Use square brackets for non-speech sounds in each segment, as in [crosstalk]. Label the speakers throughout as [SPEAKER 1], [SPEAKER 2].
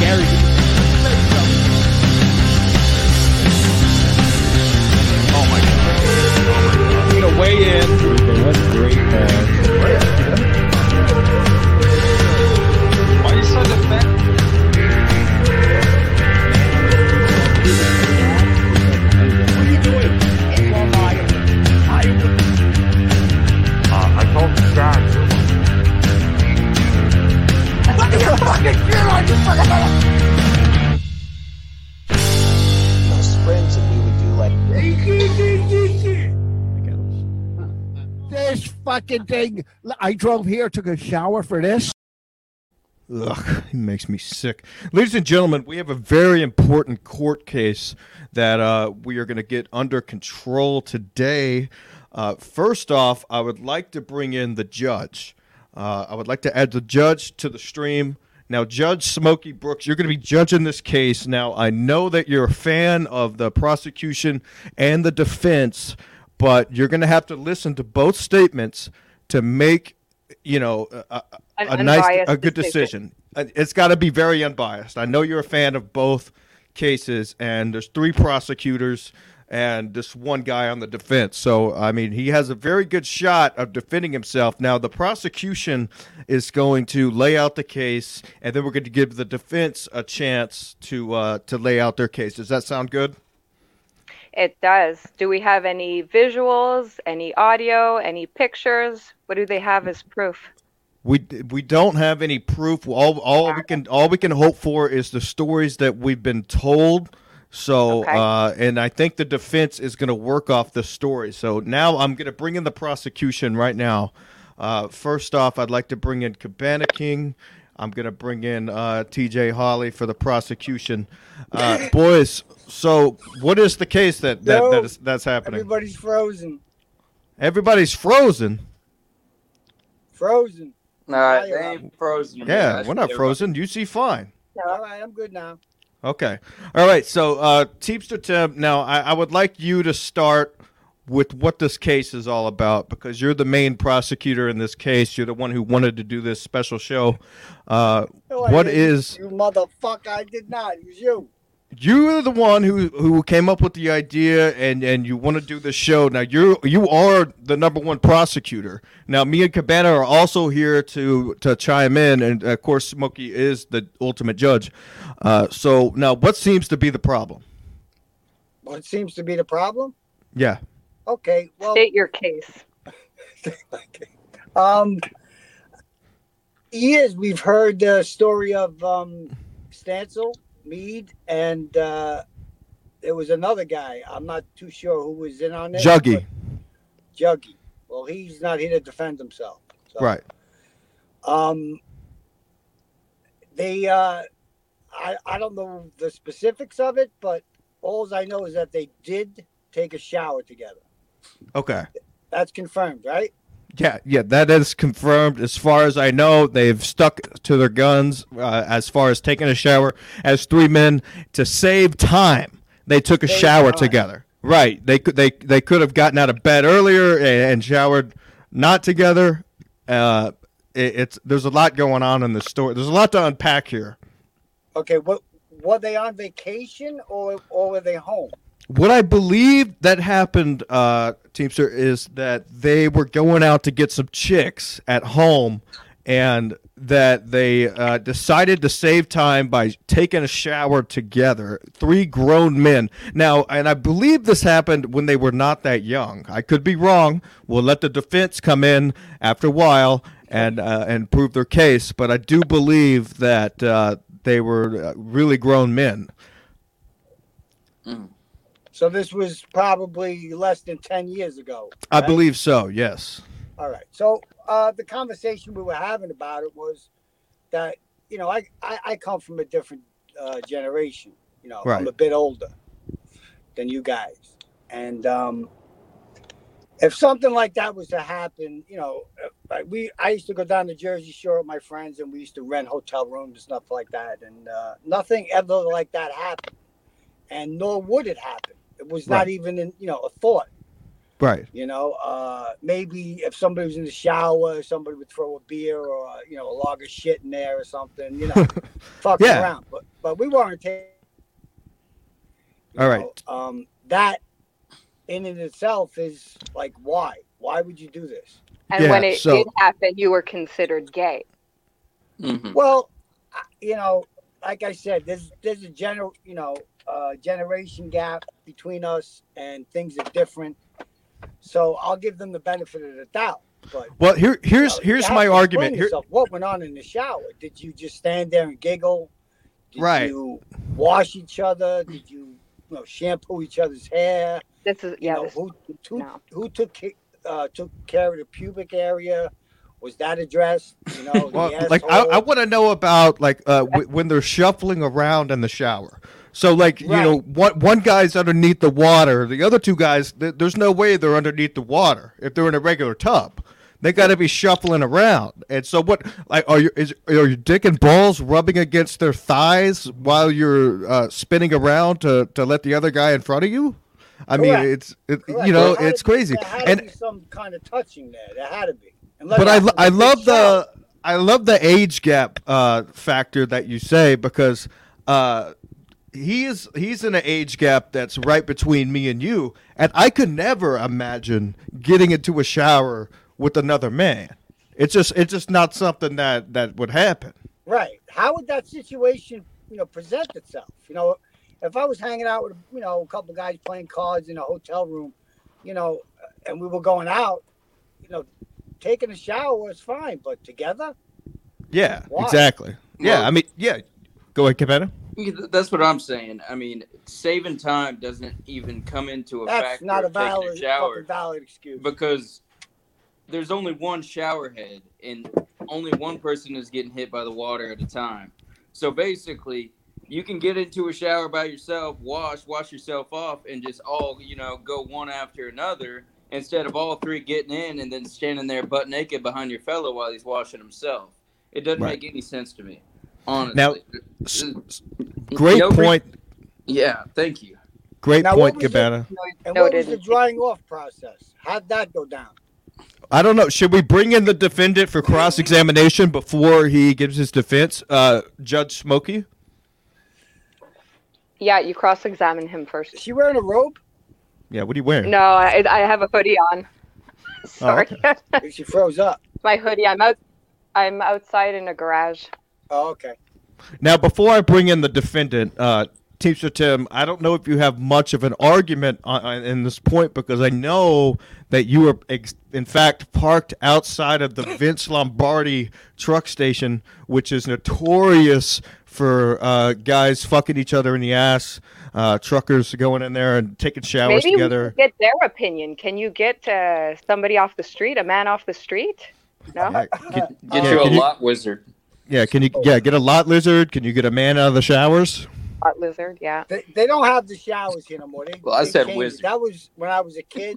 [SPEAKER 1] Gary.
[SPEAKER 2] Oh my Oh god.
[SPEAKER 1] We're gonna weigh in.
[SPEAKER 3] Tuesday. What a great pass.
[SPEAKER 2] Why are you so defensive?
[SPEAKER 4] Uh, I told the guys. Look at your fucking shit on you fucking
[SPEAKER 5] you know, sprints and we would do like
[SPEAKER 6] This fucking thing. I drove here, took a shower for this.
[SPEAKER 7] Ugh, it makes me sick. Ladies and gentlemen, we have a very important court case that uh, we are going to get under control today. Uh, first off, I would like to bring in the judge. Uh, I would like to add the judge to the stream. Now, Judge Smokey Brooks, you're going to be judging this case. Now, I know that you're a fan of the prosecution and the defense, but you're going to have to listen to both statements to make, you know, a- a,
[SPEAKER 8] An
[SPEAKER 7] a nice,
[SPEAKER 8] unbiased
[SPEAKER 7] a good
[SPEAKER 8] decision.
[SPEAKER 7] decision decision. It's got to be very unbiased. I know you're a fan of both cases, and there's three prosecutors and this one guy on the defense. So, I mean, he has a very good shot of defending himself. Now, the prosecution is going to lay out the case, and then we're going to give the defense a chance to uh, to lay out their case. Does that sound good?
[SPEAKER 8] It does. Do we have any visuals, any audio, any pictures? What do they have as proof?
[SPEAKER 7] We we don't have any proof. All all we can all we can hope for is the stories that we've been told. So
[SPEAKER 8] Okay.
[SPEAKER 7] uh, and I think the defense is going to work off the story. So now I'm going to bring in the prosecution right now. Uh, first off, I'd like to bring in Cabana King. I'm going to bring in uh, T.J. Holly for the prosecution. Uh, boys, so what is the case that that,
[SPEAKER 9] Yo,
[SPEAKER 7] that is that's happening?
[SPEAKER 9] Everybody's frozen.
[SPEAKER 7] Everybody's frozen.
[SPEAKER 9] Frozen.
[SPEAKER 2] Nah, they ain't frozen.
[SPEAKER 7] Yeah,
[SPEAKER 2] man.
[SPEAKER 7] we're not frozen. You see fine.
[SPEAKER 9] All right, I'm good now.
[SPEAKER 7] Okay. All right. So, uh, Teamster Tim, now I, I would like you to start with what this case is all about because you're the main prosecutor in this case. You're the one who wanted to do this special show. Uh,
[SPEAKER 9] No, I
[SPEAKER 7] What
[SPEAKER 9] didn't.
[SPEAKER 7] is-
[SPEAKER 9] You motherfucker, I did not. It was you.
[SPEAKER 7] you're the one who, who came up with the idea and, and you want to do this show. Now, you're, you are the number one prosecutor. Now, me and Cabana are also here to, to chime in. And, of course, Smokey is the ultimate judge. Uh, so, now what seems to be the problem?
[SPEAKER 9] What seems to be the problem?
[SPEAKER 7] Yeah.
[SPEAKER 9] Okay, well,
[SPEAKER 8] State your case.
[SPEAKER 9] um, years we've heard the story of um, Stancil, Mead, and uh, there was another guy. I'm not too sure who was in on it.
[SPEAKER 7] Juggy.
[SPEAKER 9] but Juggy. Well, he's not here to defend himself. So.
[SPEAKER 7] Right.
[SPEAKER 9] Um, they, uh, I, I don't know the specifics of it, but all I know is that they did take a shower together.
[SPEAKER 7] Okay.
[SPEAKER 9] That's confirmed, right?
[SPEAKER 7] Yeah, yeah, that is confirmed. As far as I know, they've stuck to their guns uh, as far as taking a shower as three men to save time. They took a
[SPEAKER 9] Save
[SPEAKER 7] shower
[SPEAKER 9] time.
[SPEAKER 7] together. Right. They could they they could have gotten out of bed earlier and, and showered not together. Uh, it, it's there's a lot going on in the story. There's a lot to unpack here.
[SPEAKER 9] Okay. What were they on vacation or or were they home?
[SPEAKER 7] What I believe that happened, uh, Teamster, is that they were going out to get some chicks at home, and that they uh, decided to save time by taking a shower together. Three grown men. Now, and I believe this happened when they were not that young. I could be wrong. We'll let the defense come in after a while and uh, and prove their case. But I do believe that uh, they were uh, really grown men.
[SPEAKER 9] So this was probably less than ten years ago.
[SPEAKER 7] I
[SPEAKER 9] right?
[SPEAKER 7] believe so. Yes.
[SPEAKER 9] All right. So uh, the conversation we were having about it was that you know I I, I come from a different uh, generation. You know,
[SPEAKER 7] Right.
[SPEAKER 9] I'm a bit older than you guys, and um, if something like that was to happen, you know, uh, like we I used to go down to Jersey Shore with my friends, and we used to rent hotel rooms and stuff like that, and uh, nothing ever like that happened, and nor would it happen. It was not even in you know a thought.
[SPEAKER 7] Right.
[SPEAKER 9] You know, uh, maybe if somebody was in the shower, somebody would throw a beer or uh, you know a log of shit in there or something. You
[SPEAKER 7] [laughs]
[SPEAKER 9] know, fucking
[SPEAKER 7] Yeah.
[SPEAKER 9] around. But but we weren't taking.
[SPEAKER 7] All right.
[SPEAKER 9] Um, that in and itself is like, why? Why would you do this?
[SPEAKER 8] And
[SPEAKER 7] Yeah,
[SPEAKER 8] when it
[SPEAKER 7] so-
[SPEAKER 8] did happen, you were considered gay.
[SPEAKER 2] Mhm.
[SPEAKER 9] Well, I- you know, like I said, there's there's a general, you know, uh, generation gap between us, and things are different. So I'll give them the benefit of the doubt. But
[SPEAKER 7] Well, here
[SPEAKER 9] know,
[SPEAKER 7] here's
[SPEAKER 9] you
[SPEAKER 7] here's
[SPEAKER 9] have
[SPEAKER 7] my
[SPEAKER 9] to explain
[SPEAKER 7] argument. Here,
[SPEAKER 9] yourself. what went on in the shower? Did you just stand there and giggle? Did
[SPEAKER 7] Right.
[SPEAKER 9] you wash each other? Did you, you know, shampoo each other's hair?
[SPEAKER 8] This is
[SPEAKER 9] You
[SPEAKER 8] yeah.
[SPEAKER 9] know,
[SPEAKER 8] this-
[SPEAKER 9] who who,
[SPEAKER 8] no.
[SPEAKER 9] who took ca- uh, took care of the pubic area? Was that addressed? You know, the
[SPEAKER 7] well, like I,
[SPEAKER 9] asshole?
[SPEAKER 7] I want to know about like uh, w- when they're shuffling around in the shower. So like you know one one guy's underneath the water, the other two guys. Th- there's no way they're underneath the water if they're in a regular tub. They got to be shuffling around. And so what? Like are you is are your dick and balls rubbing against their thighs while you're uh, spinning around to to let the other guy in front of you? I mean,
[SPEAKER 9] Correct.
[SPEAKER 7] it's it,
[SPEAKER 9] Correct.
[SPEAKER 7] you know
[SPEAKER 9] There had
[SPEAKER 7] it's
[SPEAKER 9] to be-
[SPEAKER 7] crazy.
[SPEAKER 9] There had
[SPEAKER 7] And
[SPEAKER 9] to be some kind of touching there. There had to be. Unless
[SPEAKER 7] but I,
[SPEAKER 9] that
[SPEAKER 7] lo-
[SPEAKER 9] was a
[SPEAKER 7] I
[SPEAKER 9] big
[SPEAKER 7] love
[SPEAKER 9] shower.
[SPEAKER 7] the I love the age gap uh, factor that you say because uh, he is he's in an age gap that's right between me and you, and I could never imagine getting into a shower with another man. It's just it's just not something that that would happen.
[SPEAKER 9] Right. How would that situation, you know, present itself? You know, if I was hanging out with, you know, a couple guys playing cards in a hotel room, you know, uh, and we were going out, you know, taking a shower is fine, but together,
[SPEAKER 7] Yeah,
[SPEAKER 9] Why?
[SPEAKER 7] exactly. Yeah,
[SPEAKER 2] Well-
[SPEAKER 7] I mean, yeah. Go ahead, Cabana.
[SPEAKER 2] That's what I'm saying. I mean, saving time doesn't even come into a
[SPEAKER 9] that's
[SPEAKER 2] factor
[SPEAKER 9] not a
[SPEAKER 2] of taking
[SPEAKER 9] valid,
[SPEAKER 2] a
[SPEAKER 9] fucking
[SPEAKER 2] shower
[SPEAKER 9] valid excuse.
[SPEAKER 2] because there's only one shower head and only one person is getting hit by the water at a time. So basically, you can get into a shower by yourself, wash, wash yourself off, and just all you know go one after another instead of all three getting in and then standing there butt naked behind your fellow while he's washing himself. It doesn't
[SPEAKER 7] Right.
[SPEAKER 2] make any sense to me, honestly.
[SPEAKER 7] Now, s- s- Great
[SPEAKER 2] No re-
[SPEAKER 7] point.
[SPEAKER 2] yeah, thank you.
[SPEAKER 7] Great
[SPEAKER 9] Now, what
[SPEAKER 7] point,
[SPEAKER 9] was it-
[SPEAKER 7] Cabana.
[SPEAKER 9] and what
[SPEAKER 8] Noted.
[SPEAKER 9] was the drying off process? How'd that go down?
[SPEAKER 7] I don't know. Should we bring in the defendant for cross examination before he gives his defense? Uh, Judge Smokey?
[SPEAKER 8] Yeah, you cross examine him
[SPEAKER 9] Is
[SPEAKER 8] first.
[SPEAKER 9] she wearing a robe?
[SPEAKER 7] Yeah, what are you wearing?
[SPEAKER 8] No, I, I have a hoodie on. [laughs]
[SPEAKER 7] Oh,
[SPEAKER 8] Sorry, [laughs]
[SPEAKER 9] If she froze up.
[SPEAKER 8] my hoodie. I'm out. I'm outside in a garage.
[SPEAKER 9] Oh, okay.
[SPEAKER 7] Now, before I bring in the defendant, uh, Teamster Tim, I don't know if you have much of an argument on, on, in this point because I know that you were, ex- in fact, parked outside of the Vince Lombardi truck station, which is notorious for uh, guys fucking each other in the ass, uh, truckers going in there and taking showers
[SPEAKER 8] Maybe we
[SPEAKER 7] together.
[SPEAKER 8] can get their opinion. Can you get uh, somebody off the street, a man off the street? No.
[SPEAKER 7] Yeah, get-
[SPEAKER 2] Get
[SPEAKER 7] Yeah,
[SPEAKER 2] you a
[SPEAKER 7] Uh, can you-
[SPEAKER 2] lot wizard.
[SPEAKER 7] Yeah, can you yeah get a lot lizard? Can you get a man out of the showers?
[SPEAKER 8] Hot lizard. Yeah.
[SPEAKER 9] They, they don't have the showers here no more. They,
[SPEAKER 2] Well, I
[SPEAKER 9] they
[SPEAKER 2] said
[SPEAKER 9] changed it.
[SPEAKER 2] wizard.
[SPEAKER 9] That was when I was a kid.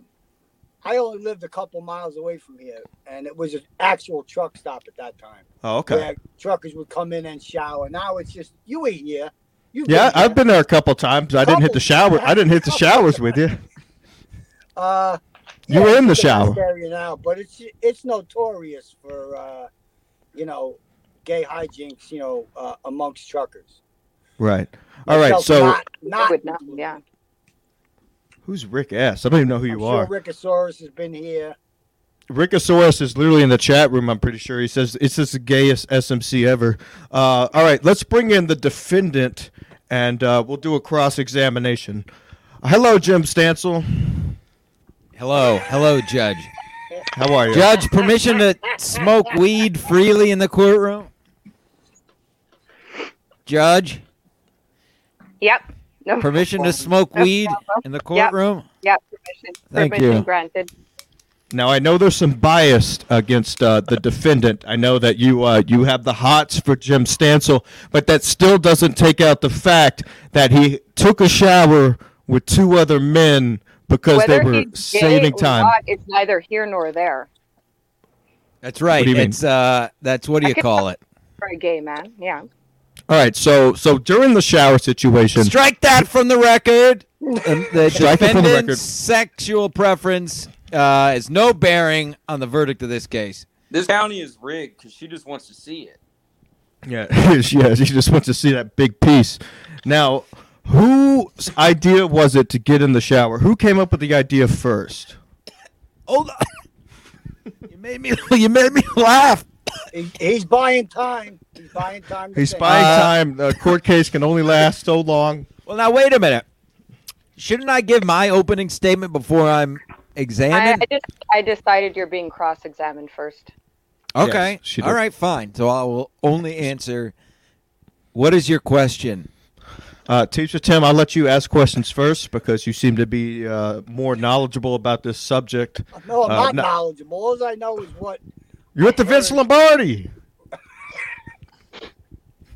[SPEAKER 9] I only lived a couple miles away from here, and it was an actual truck stop at that time.
[SPEAKER 7] Oh, okay.
[SPEAKER 9] Where truckers would come in and shower. Now it's just you ain't here. You
[SPEAKER 7] Yeah, I've been there a couple times. I didn't hit the shower. I didn't hit the showers with you.
[SPEAKER 9] Uh,
[SPEAKER 7] You were in the
[SPEAKER 9] it's a nice
[SPEAKER 7] shower.
[SPEAKER 9] area now, but it's it's notorious for uh, you know gay hijinks. You know uh, amongst truckers.
[SPEAKER 7] Right. All right.
[SPEAKER 9] Myself
[SPEAKER 7] So
[SPEAKER 9] not, not
[SPEAKER 8] would not, yeah.
[SPEAKER 7] who's Rick S? I don't even know who
[SPEAKER 9] I'm
[SPEAKER 7] you
[SPEAKER 9] sure
[SPEAKER 7] are.
[SPEAKER 9] Rickosaurus has been here.
[SPEAKER 7] Rickosaurus is literally in the chat room. I'm pretty sure he says it's just the gayest SMC ever. Uh, all right, let's bring in the defendant, and uh, we'll do a cross examination. Hello, Jim Stansel.
[SPEAKER 1] Hello, hello, Judge.
[SPEAKER 7] How are you?
[SPEAKER 1] Judge, permission to smoke weed freely in the courtroom? Judge,
[SPEAKER 8] Yep. No.
[SPEAKER 1] permission to smoke
[SPEAKER 8] [laughs]
[SPEAKER 1] weed in the courtroom?
[SPEAKER 8] Yeah. Permission.
[SPEAKER 1] Thank
[SPEAKER 8] permission
[SPEAKER 1] you.
[SPEAKER 8] Granted.
[SPEAKER 7] Now I know there's some bias against uh, the defendant. I know that you uh, you have the hots for Jim Stansel, but that still doesn't take out the fact that he took a shower with two other men because they
[SPEAKER 8] Whether
[SPEAKER 7] were
[SPEAKER 8] he's gay
[SPEAKER 7] saving
[SPEAKER 8] or
[SPEAKER 7] time.
[SPEAKER 8] not, it's neither here nor there
[SPEAKER 1] That's right.
[SPEAKER 7] What do you mean?
[SPEAKER 1] It's uh, that's what do you call it?
[SPEAKER 8] for a gay man. Yeah.
[SPEAKER 7] All right, so so during the shower situation,
[SPEAKER 1] Strike that from the record. Um, the
[SPEAKER 7] [laughs] Strike it from the
[SPEAKER 1] defendant's
[SPEAKER 7] record.
[SPEAKER 1] sexual preference uh, is no bearing on the verdict of this case.
[SPEAKER 2] This county is rigged because she just wants to see it.
[SPEAKER 7] yeah, [laughs] yeah, she just wants to see that big piece. Now, whose idea was it to get in the shower? Who came up with the idea first?
[SPEAKER 1] Hold on. Oh, [laughs] you made me. [laughs] You made me laugh.
[SPEAKER 9] He, he's buying time. He's buying time. to
[SPEAKER 7] He's
[SPEAKER 9] think.
[SPEAKER 7] buying
[SPEAKER 1] Uh,
[SPEAKER 7] time. The court case can only last so long.
[SPEAKER 1] Well, now wait a minute. Shouldn't I give my opening statement before I'm
[SPEAKER 8] I,
[SPEAKER 1] examined?
[SPEAKER 8] I just I decided you're being cross-examined first.
[SPEAKER 1] okay.
[SPEAKER 7] Yes, she did.
[SPEAKER 1] All right. Fine. So I will only answer. What is your question?
[SPEAKER 7] Uh, Teacher Tim, I'll let you ask questions first because you seem to be uh, more knowledgeable about this subject.
[SPEAKER 9] No, I'm
[SPEAKER 7] Uh,
[SPEAKER 9] not
[SPEAKER 7] no.
[SPEAKER 9] knowledgeable. All I know is what
[SPEAKER 7] You're at the Vince Lombardi.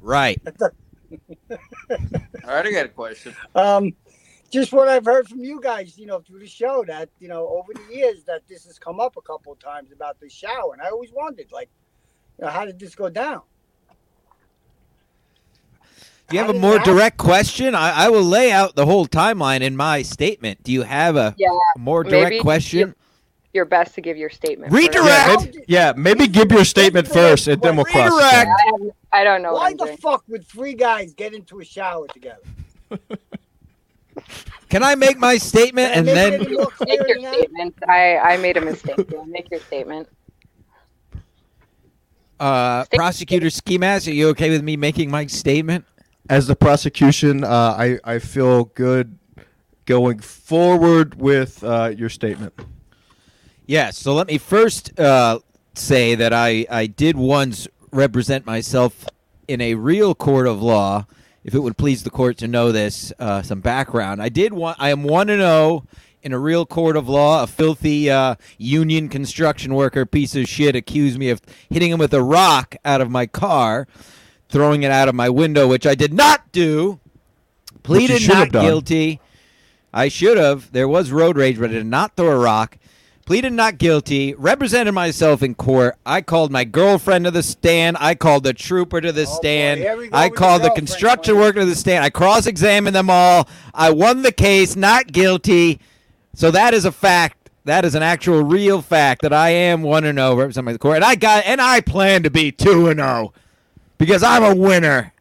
[SPEAKER 1] Right.
[SPEAKER 2] All right, I got a question.
[SPEAKER 9] um, just what I've heard from you guys, you know, through the show that, you know, over the years that this has come up a couple of times about the shower. And I always wondered, like, you know, how did this go down?
[SPEAKER 1] Do you have
[SPEAKER 9] How
[SPEAKER 1] a
[SPEAKER 9] did
[SPEAKER 1] more
[SPEAKER 9] that-
[SPEAKER 1] direct question? I, I will lay out the whole timeline in my statement. Do you have a
[SPEAKER 8] Yeah,
[SPEAKER 1] more
[SPEAKER 8] maybe
[SPEAKER 1] direct question?
[SPEAKER 8] Your best to give your statement. first.
[SPEAKER 1] Redirect.
[SPEAKER 7] Yeah, maybe, yeah, maybe give your statement first and then we'll cross.
[SPEAKER 1] Redirect.
[SPEAKER 8] I, have, I don't know what
[SPEAKER 9] Why
[SPEAKER 8] I'm
[SPEAKER 9] the
[SPEAKER 8] doing.
[SPEAKER 9] fuck would three guys get into a shower together?
[SPEAKER 1] Can I make my statement and
[SPEAKER 9] Make it
[SPEAKER 1] then
[SPEAKER 9] any more clear
[SPEAKER 8] Make your
[SPEAKER 9] than
[SPEAKER 1] [laughs]
[SPEAKER 9] that?
[SPEAKER 8] statement. I, I made a mistake. Yeah, make your statement.
[SPEAKER 1] uh, prosecutor Schemas? Are you okay with me making my statement?
[SPEAKER 7] As the prosecution, uh, I, I feel good going forward with uh, your statement.
[SPEAKER 1] Yeah, so let me first uh, say that I, I did once represent myself in a real court of law. If it would please the court to know this, uh, some background. I did one. I am one and zero in a real court of law. A filthy uh, union construction worker piece of shit accused me of hitting him with a rock out of my car, throwing it out of my window, which I did not do. Pleaded
[SPEAKER 7] should have
[SPEAKER 1] not
[SPEAKER 7] done.
[SPEAKER 1] guilty. I should have. There was road rage, but I did not throw a rock. Pleaded not guilty. Represented myself in court. I called my girlfriend to the stand. I called the trooper to the
[SPEAKER 9] Oh, boy,
[SPEAKER 1] stand.
[SPEAKER 9] here we go
[SPEAKER 1] I
[SPEAKER 9] with the
[SPEAKER 1] called the
[SPEAKER 9] girlfriend
[SPEAKER 1] construction
[SPEAKER 9] claim.
[SPEAKER 1] worker to the stand. I cross examined them all. I won the case. Not guilty. So that is a fact. That is an actual real fact that I am one and zero representing the court, and I got and I plan to be two and zero because I'm a winner.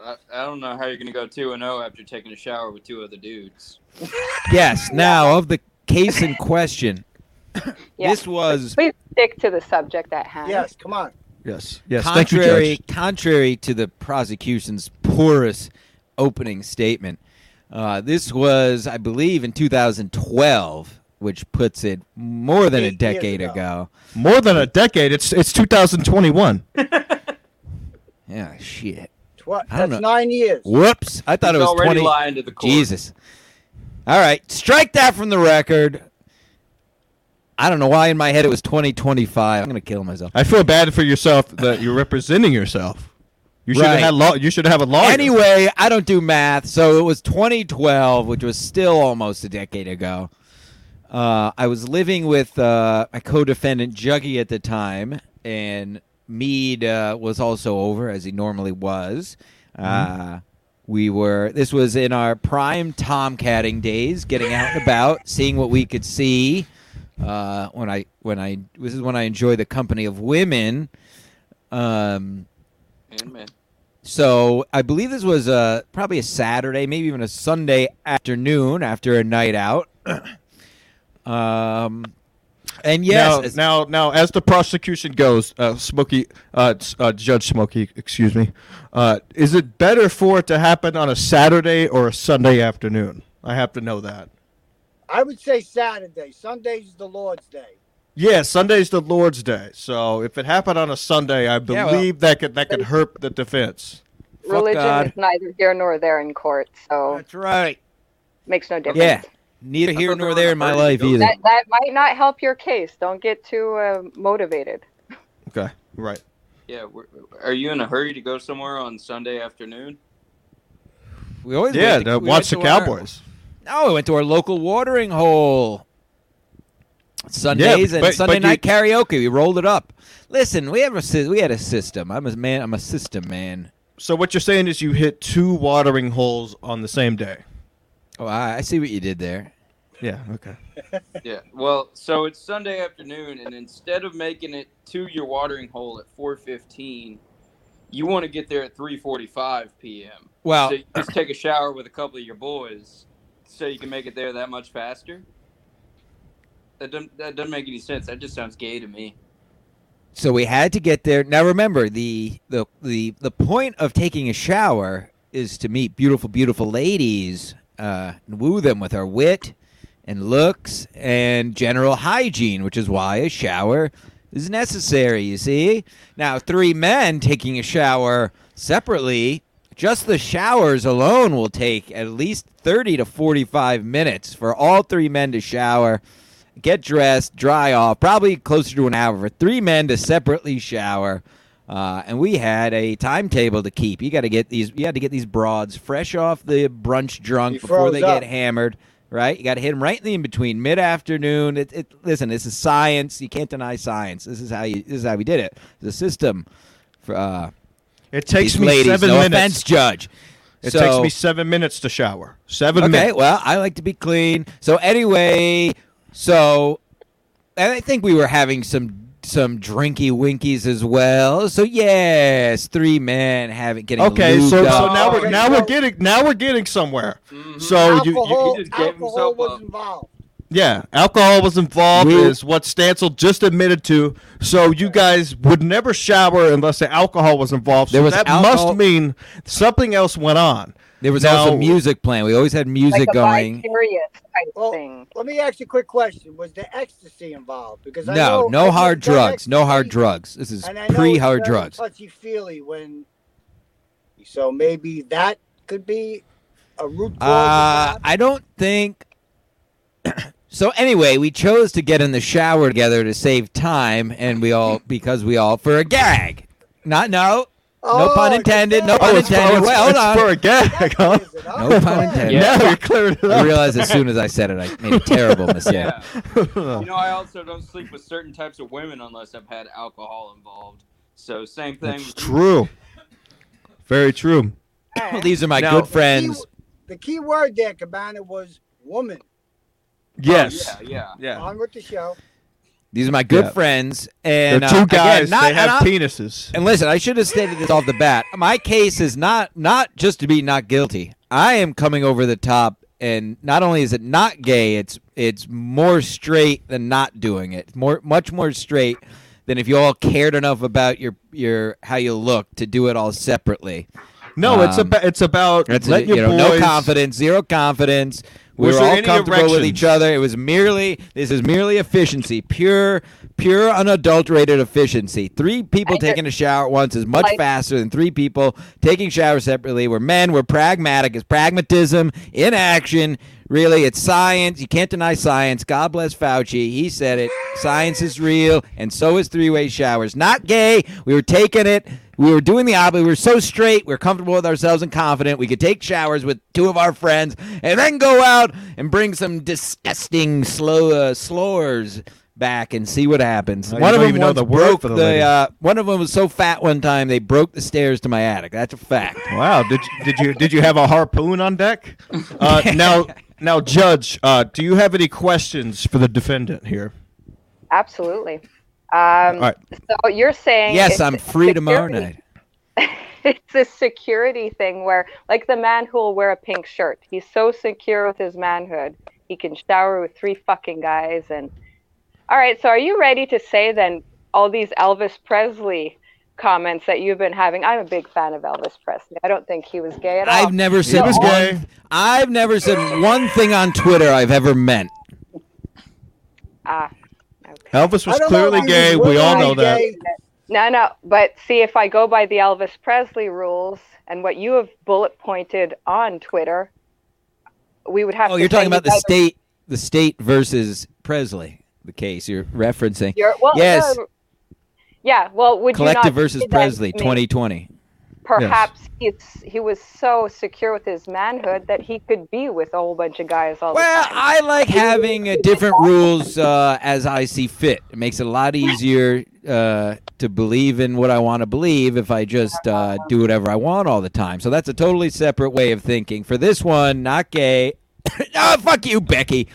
[SPEAKER 2] I, I don't know how you're gonna go two and zero after taking a shower with two other dudes.
[SPEAKER 1] Yes. Now of the case in question,
[SPEAKER 8] Yeah.
[SPEAKER 1] this was
[SPEAKER 8] Please stick to the subject at hand.
[SPEAKER 9] Yes, come on.
[SPEAKER 7] Yes. Yes.
[SPEAKER 1] contrary
[SPEAKER 7] Thank you, Judge.
[SPEAKER 1] contrary to the prosecution's porous opening statement. Uh, this was, I believe, in 2012, which puts it more than a
[SPEAKER 9] Eight years
[SPEAKER 1] decade
[SPEAKER 9] ago.
[SPEAKER 1] ago.
[SPEAKER 7] More than a decade. It's it's 2021.
[SPEAKER 1] Yeah, shit.
[SPEAKER 9] Tw-
[SPEAKER 1] I don't
[SPEAKER 9] that's
[SPEAKER 1] know.
[SPEAKER 9] nine years.
[SPEAKER 1] Whoops! I thought
[SPEAKER 2] He's
[SPEAKER 1] it was 20.
[SPEAKER 2] already lying to the court.
[SPEAKER 1] Jesus. All right, strike that from the record. I don't know why in my head it was 2025. I'm gonna kill myself.
[SPEAKER 7] I feel bad for yourself that you're representing yourself. You should have
[SPEAKER 1] Right.
[SPEAKER 7] had law. You should have a lawyer.
[SPEAKER 1] Anyway, I don't do math, so it was 2012, which was still almost a decade ago. Uh, I was living with uh, my co-defendant Juggy at the time, and Mead uh, was also over as he normally was. Uh, we were. This was in our prime tomcatting days, getting out and about, [laughs] seeing what we could see. Uh, when I when I this is when I enjoy the company of women. Um,
[SPEAKER 2] Man, man.
[SPEAKER 1] so I believe this was uh, probably a Saturday, maybe even a Sunday afternoon after a night out. [clears throat] um, and yes, it's-
[SPEAKER 7] Now, now, now, as the prosecution goes, uh, Smokey, uh, s- uh, Judge Smokey, excuse me, uh, is it better for it to happen on a Saturday or a Sunday afternoon? I have to know that.
[SPEAKER 9] I would say Saturday. Sunday's is the Lord's day.
[SPEAKER 7] Yeah, Sunday's the Lord's Day, so if it happened on a Sunday, I believe
[SPEAKER 1] well-
[SPEAKER 7] that could that could hurt the defense.
[SPEAKER 1] Fuck
[SPEAKER 8] Religion
[SPEAKER 1] God.
[SPEAKER 8] is neither here nor there in court, so
[SPEAKER 1] that's right.
[SPEAKER 8] makes no difference.
[SPEAKER 1] Yeah, neither
[SPEAKER 2] I
[SPEAKER 1] here
[SPEAKER 2] thought they
[SPEAKER 1] nor
[SPEAKER 2] were
[SPEAKER 1] there
[SPEAKER 2] on
[SPEAKER 1] in my
[SPEAKER 2] a
[SPEAKER 1] life
[SPEAKER 2] Thursday.
[SPEAKER 1] either.
[SPEAKER 8] That, that might not help your case. Don't get too uh, motivated.
[SPEAKER 7] Okay, right.
[SPEAKER 2] Yeah, we're, are you in a hurry to go somewhere on Sunday afternoon?
[SPEAKER 1] We always
[SPEAKER 7] Yeah,
[SPEAKER 1] went to-
[SPEAKER 7] to
[SPEAKER 1] we
[SPEAKER 7] watch the
[SPEAKER 1] went to our-
[SPEAKER 7] Cowboys.
[SPEAKER 1] no, we went to our local watering hole. Sundays and
[SPEAKER 7] but-
[SPEAKER 1] Sunday
[SPEAKER 7] but you-
[SPEAKER 1] night karaoke. We rolled it up. Listen, we have a sys- we had a system. I'm a man. I'm a system man.
[SPEAKER 7] So what you're saying is you hit two watering holes on the same day.
[SPEAKER 1] Oh, I, I see what you did there.
[SPEAKER 7] Yeah. Okay.
[SPEAKER 2] Yeah. Well, so it's Sunday afternoon, and instead of making it to your watering hole at 4:15, you want to get there at 3:45 p.m.
[SPEAKER 1] Well,
[SPEAKER 2] so you just take a shower with a couple of your boys, so you can make it there that much faster. That doesn't that doesn't make any sense. That just sounds gay to me.
[SPEAKER 1] so we had to get there. Now remember the the the the point of taking a shower is to meet beautiful beautiful ladies uh, and woo them with our wit and looks and general hygiene, which is why a shower is necessary. You see, now three men taking a shower separately. Just the showers alone will take at least 30 to 45 minutes for all three men to shower get dressed, dry off, probably closer to an hour for three men to separately shower. Uh, and we had a timetable to keep. You got to get these. You had to get these broads fresh off the brunch drunk
[SPEAKER 9] You
[SPEAKER 1] before they
[SPEAKER 9] froze
[SPEAKER 1] get
[SPEAKER 9] up.
[SPEAKER 1] hammered. Right? You got to hit them right in the in between, mid afternoon. It, it, listen, this is science. You can't deny science. This is how you. This is how we did it. The system. For, uh,
[SPEAKER 7] It takes
[SPEAKER 1] these
[SPEAKER 7] me
[SPEAKER 1] ladies,
[SPEAKER 7] seven
[SPEAKER 1] no
[SPEAKER 7] minutes.
[SPEAKER 1] offense, judge.
[SPEAKER 7] It
[SPEAKER 1] So-
[SPEAKER 7] takes me seven minutes to shower. Seven
[SPEAKER 1] okay,
[SPEAKER 7] minutes.
[SPEAKER 1] well, I like to be clean. So anyway, so and I think we were having some some drinky winkies as well. So yes, three men having getting
[SPEAKER 7] Okay,
[SPEAKER 1] lubed
[SPEAKER 7] so, so
[SPEAKER 1] up.
[SPEAKER 7] now we're
[SPEAKER 9] Okay,
[SPEAKER 7] now we're
[SPEAKER 9] so-
[SPEAKER 7] getting now we're getting somewhere.
[SPEAKER 2] Mhm.
[SPEAKER 7] So you, you,
[SPEAKER 9] alcohol,
[SPEAKER 2] just gave
[SPEAKER 9] alcohol
[SPEAKER 2] himself
[SPEAKER 9] was
[SPEAKER 2] up.
[SPEAKER 9] involved.
[SPEAKER 7] yeah, alcohol was involved
[SPEAKER 1] We-
[SPEAKER 7] is what Stancil just admitted to. So you guys would never shower unless the alcohol was involved. So
[SPEAKER 1] There was
[SPEAKER 7] that
[SPEAKER 1] alcohol-
[SPEAKER 7] must mean something else went on.
[SPEAKER 1] there was
[SPEAKER 7] now-
[SPEAKER 1] also music playing. We always had music
[SPEAKER 8] like a
[SPEAKER 1] going.
[SPEAKER 8] vicarious type
[SPEAKER 9] Well,
[SPEAKER 8] thing.
[SPEAKER 9] Let me ask you a quick question: Was the ecstasy involved? Because I
[SPEAKER 1] No,
[SPEAKER 9] know- I
[SPEAKER 1] no
[SPEAKER 9] know
[SPEAKER 1] hard
[SPEAKER 9] you've done
[SPEAKER 1] drugs. No hard
[SPEAKER 9] ecstasy,
[SPEAKER 1] drugs. This is
[SPEAKER 9] and I know
[SPEAKER 1] pre
[SPEAKER 9] it's
[SPEAKER 1] hard
[SPEAKER 9] very
[SPEAKER 1] drugs.
[SPEAKER 9] Touchy feely when. So maybe that could be a root cause.
[SPEAKER 1] Uh,
[SPEAKER 9] of that.
[SPEAKER 1] I don't think. [clears throat] so anyway, we chose to get in the shower together to save time, and we all because we all for a gag. Not no, no
[SPEAKER 9] Oh,
[SPEAKER 1] pun
[SPEAKER 9] it's a
[SPEAKER 1] intended. No
[SPEAKER 9] gag.
[SPEAKER 1] pun
[SPEAKER 9] Oh,
[SPEAKER 7] for-
[SPEAKER 1] intended. Wait, hold
[SPEAKER 7] it's
[SPEAKER 1] on.
[SPEAKER 7] for
[SPEAKER 1] [laughs]
[SPEAKER 7] a gag, [laughs] huh?
[SPEAKER 9] Is it?
[SPEAKER 1] No pun
[SPEAKER 9] Okay.
[SPEAKER 1] intended.
[SPEAKER 2] Yeah.
[SPEAKER 7] Now you're clearing it
[SPEAKER 1] I
[SPEAKER 7] up.
[SPEAKER 1] realized as soon as I said it, I made a terrible mistake.
[SPEAKER 2] [laughs] Yeah.
[SPEAKER 7] [laughs]
[SPEAKER 2] you know, I also don't sleep with certain types of women unless I've had alcohol involved. So same thing.
[SPEAKER 7] That's true. Very true.
[SPEAKER 1] These are my
[SPEAKER 7] Now-
[SPEAKER 1] good friends.
[SPEAKER 9] The key word there, Cabana, was woman.
[SPEAKER 7] Yes.
[SPEAKER 2] Oh, yeah, yeah.
[SPEAKER 9] On with the show.
[SPEAKER 1] These are my good
[SPEAKER 7] Yeah.
[SPEAKER 1] friends.
[SPEAKER 7] They're
[SPEAKER 1] And uh,
[SPEAKER 7] two guys.
[SPEAKER 1] Again, not,
[SPEAKER 7] they have
[SPEAKER 1] and, I-
[SPEAKER 7] penises.
[SPEAKER 1] and listen, I should have stated this off the bat. My case is not not just to be not guilty. I am coming over the top, and not only is it not gay, it's it's more straight than not doing it. More much more straight than if you all cared enough about your your how you look to do it all separately.
[SPEAKER 7] No, it's
[SPEAKER 1] Um,
[SPEAKER 7] about it's about
[SPEAKER 1] That's
[SPEAKER 7] letting
[SPEAKER 1] it, you
[SPEAKER 7] your
[SPEAKER 1] know,
[SPEAKER 7] boys-
[SPEAKER 1] no confidence, zero confidence. We
[SPEAKER 7] Was
[SPEAKER 1] were
[SPEAKER 7] there
[SPEAKER 1] all
[SPEAKER 7] any
[SPEAKER 1] comfortable with each
[SPEAKER 7] erections?
[SPEAKER 1] other. It was merely this is merely efficiency, pure, pure unadulterated efficiency. Three people
[SPEAKER 8] I just-
[SPEAKER 1] taking a shower at once is much
[SPEAKER 8] Like-
[SPEAKER 1] faster than three people taking showers separately. We're men. We're pragmatic. It's pragmatism in action. Really, it's science. You can't deny science. God bless Fauci. He said it. Science is real, and so is three-way showers. Not gay. We were taking it. We were doing the opposite. We were so straight. We were comfortable with ourselves and confident. We could take showers with two of our friends, and then go out and bring some disgusting slow uh, slurs back and see what happens.
[SPEAKER 7] I
[SPEAKER 1] one of
[SPEAKER 7] don't
[SPEAKER 1] them
[SPEAKER 7] even know
[SPEAKER 1] once
[SPEAKER 7] the word
[SPEAKER 1] broke
[SPEAKER 7] for the
[SPEAKER 1] the
[SPEAKER 7] lady.
[SPEAKER 1] uh, one of them was so fat one time they broke the stairs to my attic. That's a fact.
[SPEAKER 7] Wow did you- did you did you have a harpoon on deck? Uh,
[SPEAKER 1] [laughs]
[SPEAKER 7] now now, judge, uh, do you have any questions for the defendant here?
[SPEAKER 8] Absolutely. Um,
[SPEAKER 7] right.
[SPEAKER 8] So you're saying
[SPEAKER 1] Yes,
[SPEAKER 8] it's
[SPEAKER 1] I'm
[SPEAKER 8] a
[SPEAKER 1] free tomorrow
[SPEAKER 8] security-
[SPEAKER 1] night.
[SPEAKER 8] [laughs] It's a security thing where, like the man who will wear a pink shirt, he's so secure with his manhood, he can shower with three fucking guys. And all right, so are you ready to say then all these Elvis Presley comments that you've been having? I'm a big fan of Elvis Presley. I don't think he was gay at all.
[SPEAKER 1] I've never said
[SPEAKER 7] was
[SPEAKER 1] one,
[SPEAKER 7] gay.
[SPEAKER 1] I've never said one thing on Twitter I've ever meant.
[SPEAKER 8] Ah, okay.
[SPEAKER 7] Elvis
[SPEAKER 9] I
[SPEAKER 7] was
[SPEAKER 9] don't
[SPEAKER 7] clearly
[SPEAKER 9] know if
[SPEAKER 7] gay.
[SPEAKER 9] he
[SPEAKER 7] We
[SPEAKER 9] was
[SPEAKER 7] all
[SPEAKER 9] really
[SPEAKER 7] know that.
[SPEAKER 9] gay.
[SPEAKER 8] No, no, but see, if I go by the Elvis Presley rules and what you have bullet pointed on Twitter, we would have
[SPEAKER 1] Oh,
[SPEAKER 8] to.
[SPEAKER 1] you're
[SPEAKER 8] say
[SPEAKER 1] talking about the
[SPEAKER 8] guys are-
[SPEAKER 1] state, the state versus Presley, the case you're referencing.
[SPEAKER 8] you're- well,
[SPEAKER 1] Yes.
[SPEAKER 8] no, yeah. Well, would you
[SPEAKER 1] Collective
[SPEAKER 8] not
[SPEAKER 1] versus
[SPEAKER 8] say that
[SPEAKER 1] Presley,
[SPEAKER 8] to me?
[SPEAKER 1] 2020.
[SPEAKER 8] perhaps he's, he was so secure with his manhood that he could be with a whole bunch of guys all
[SPEAKER 1] Well,
[SPEAKER 8] the time.
[SPEAKER 1] I like having uh, different rules uh, as I see fit. It makes it a lot easier uh, to believe in what I want to believe if I just uh, do whatever I want all the time. So that's a totally separate way of thinking. For this one, not gay. [coughs] oh, fuck you, Becky.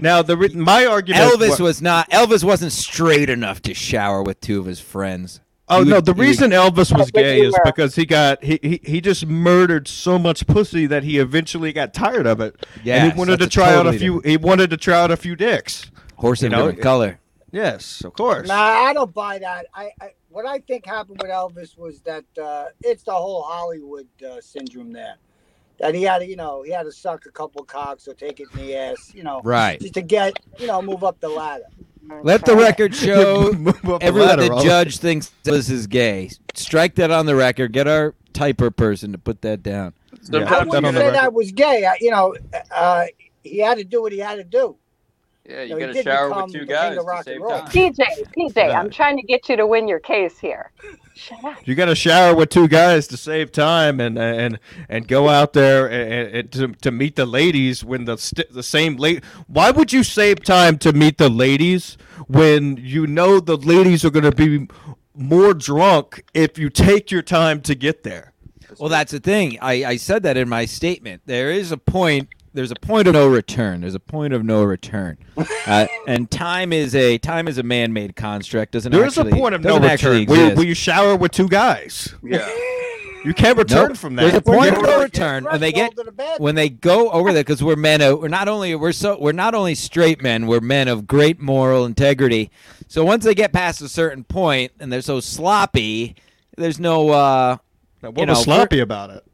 [SPEAKER 7] Now the re- my argument.
[SPEAKER 1] Elvis was not. Elvis wasn't straight enough to shower with two of his friends.
[SPEAKER 7] Oh
[SPEAKER 1] He
[SPEAKER 7] no!
[SPEAKER 1] would-
[SPEAKER 7] The
[SPEAKER 1] he would-
[SPEAKER 7] reason Elvis was
[SPEAKER 8] but
[SPEAKER 7] gay
[SPEAKER 8] you
[SPEAKER 7] is
[SPEAKER 8] were-
[SPEAKER 7] because he got he, he he just murdered so much pussy that he eventually got tired of it. and
[SPEAKER 1] Yes,
[SPEAKER 7] he wanted to
[SPEAKER 1] that's a
[SPEAKER 7] try out
[SPEAKER 1] totally
[SPEAKER 7] a few. He wanted to try out a few dicks.
[SPEAKER 1] horse
[SPEAKER 7] you
[SPEAKER 1] of
[SPEAKER 7] know,
[SPEAKER 1] different color.
[SPEAKER 7] Yes, of course.
[SPEAKER 9] Nah, I don't buy that. I, I what I think happened with Elvis was that uh, it's the whole Hollywood uh, syndrome there. That he had, to, you know, he had to suck a couple cocks or take it in the ass, you know,
[SPEAKER 1] Right.
[SPEAKER 9] just to get, you know, move up the ladder.
[SPEAKER 1] Let the
[SPEAKER 7] [laughs]
[SPEAKER 1] record show
[SPEAKER 7] Move up the
[SPEAKER 1] Everyone
[SPEAKER 7] ladder,
[SPEAKER 1] that
[SPEAKER 7] Oliver.
[SPEAKER 1] judge thinks Elvis is gay. Strike that on the record. Get our typer person to put that down.
[SPEAKER 7] Yeah,
[SPEAKER 9] I
[SPEAKER 7] I've done on
[SPEAKER 9] wouldn't
[SPEAKER 7] the
[SPEAKER 9] say
[SPEAKER 7] record.
[SPEAKER 9] that was gay. I, you know, uh, he had to do what he had to do.
[SPEAKER 2] Yeah, you
[SPEAKER 9] No, he
[SPEAKER 2] got to
[SPEAKER 9] did
[SPEAKER 2] shower
[SPEAKER 9] become
[SPEAKER 2] with two
[SPEAKER 9] the king of
[SPEAKER 2] guys at the
[SPEAKER 9] rock and
[SPEAKER 2] same
[SPEAKER 9] roll.
[SPEAKER 8] [laughs]
[SPEAKER 2] time.
[SPEAKER 8] TJ, TJ, I'm trying to get you to win your case here. Shut up.
[SPEAKER 7] You got to shower with two guys to save time and and and go out there and, and to, to meet the ladies when the st- the same late. Why would you save time to meet the ladies when you know the ladies are going to be more drunk if you take your time to get there?
[SPEAKER 1] Well, that's the thing. I, I said that in my statement. There is a point. There's a point of no return. There's a point of no
[SPEAKER 7] [laughs]
[SPEAKER 1] return, uh, and time is a time is a man-made construct. Doesn't
[SPEAKER 7] There is
[SPEAKER 1] actually,
[SPEAKER 7] a point of no
[SPEAKER 1] doesn't actually
[SPEAKER 7] return. Will,
[SPEAKER 1] exist.
[SPEAKER 7] will you shower with two guys?
[SPEAKER 2] Yeah.
[SPEAKER 7] You can't return
[SPEAKER 1] Nope.
[SPEAKER 7] from that.
[SPEAKER 1] There's a point of
[SPEAKER 9] You're
[SPEAKER 1] no
[SPEAKER 9] right.
[SPEAKER 1] return when they get
[SPEAKER 9] Threshold to the bed.
[SPEAKER 1] when they go over there because we're men of we're not only we're so we're not only straight men we're men of great moral integrity so once they get past a certain point and they're so sloppy there's no uh
[SPEAKER 7] Now,
[SPEAKER 1] you
[SPEAKER 7] what was
[SPEAKER 1] know,
[SPEAKER 7] sloppy about it?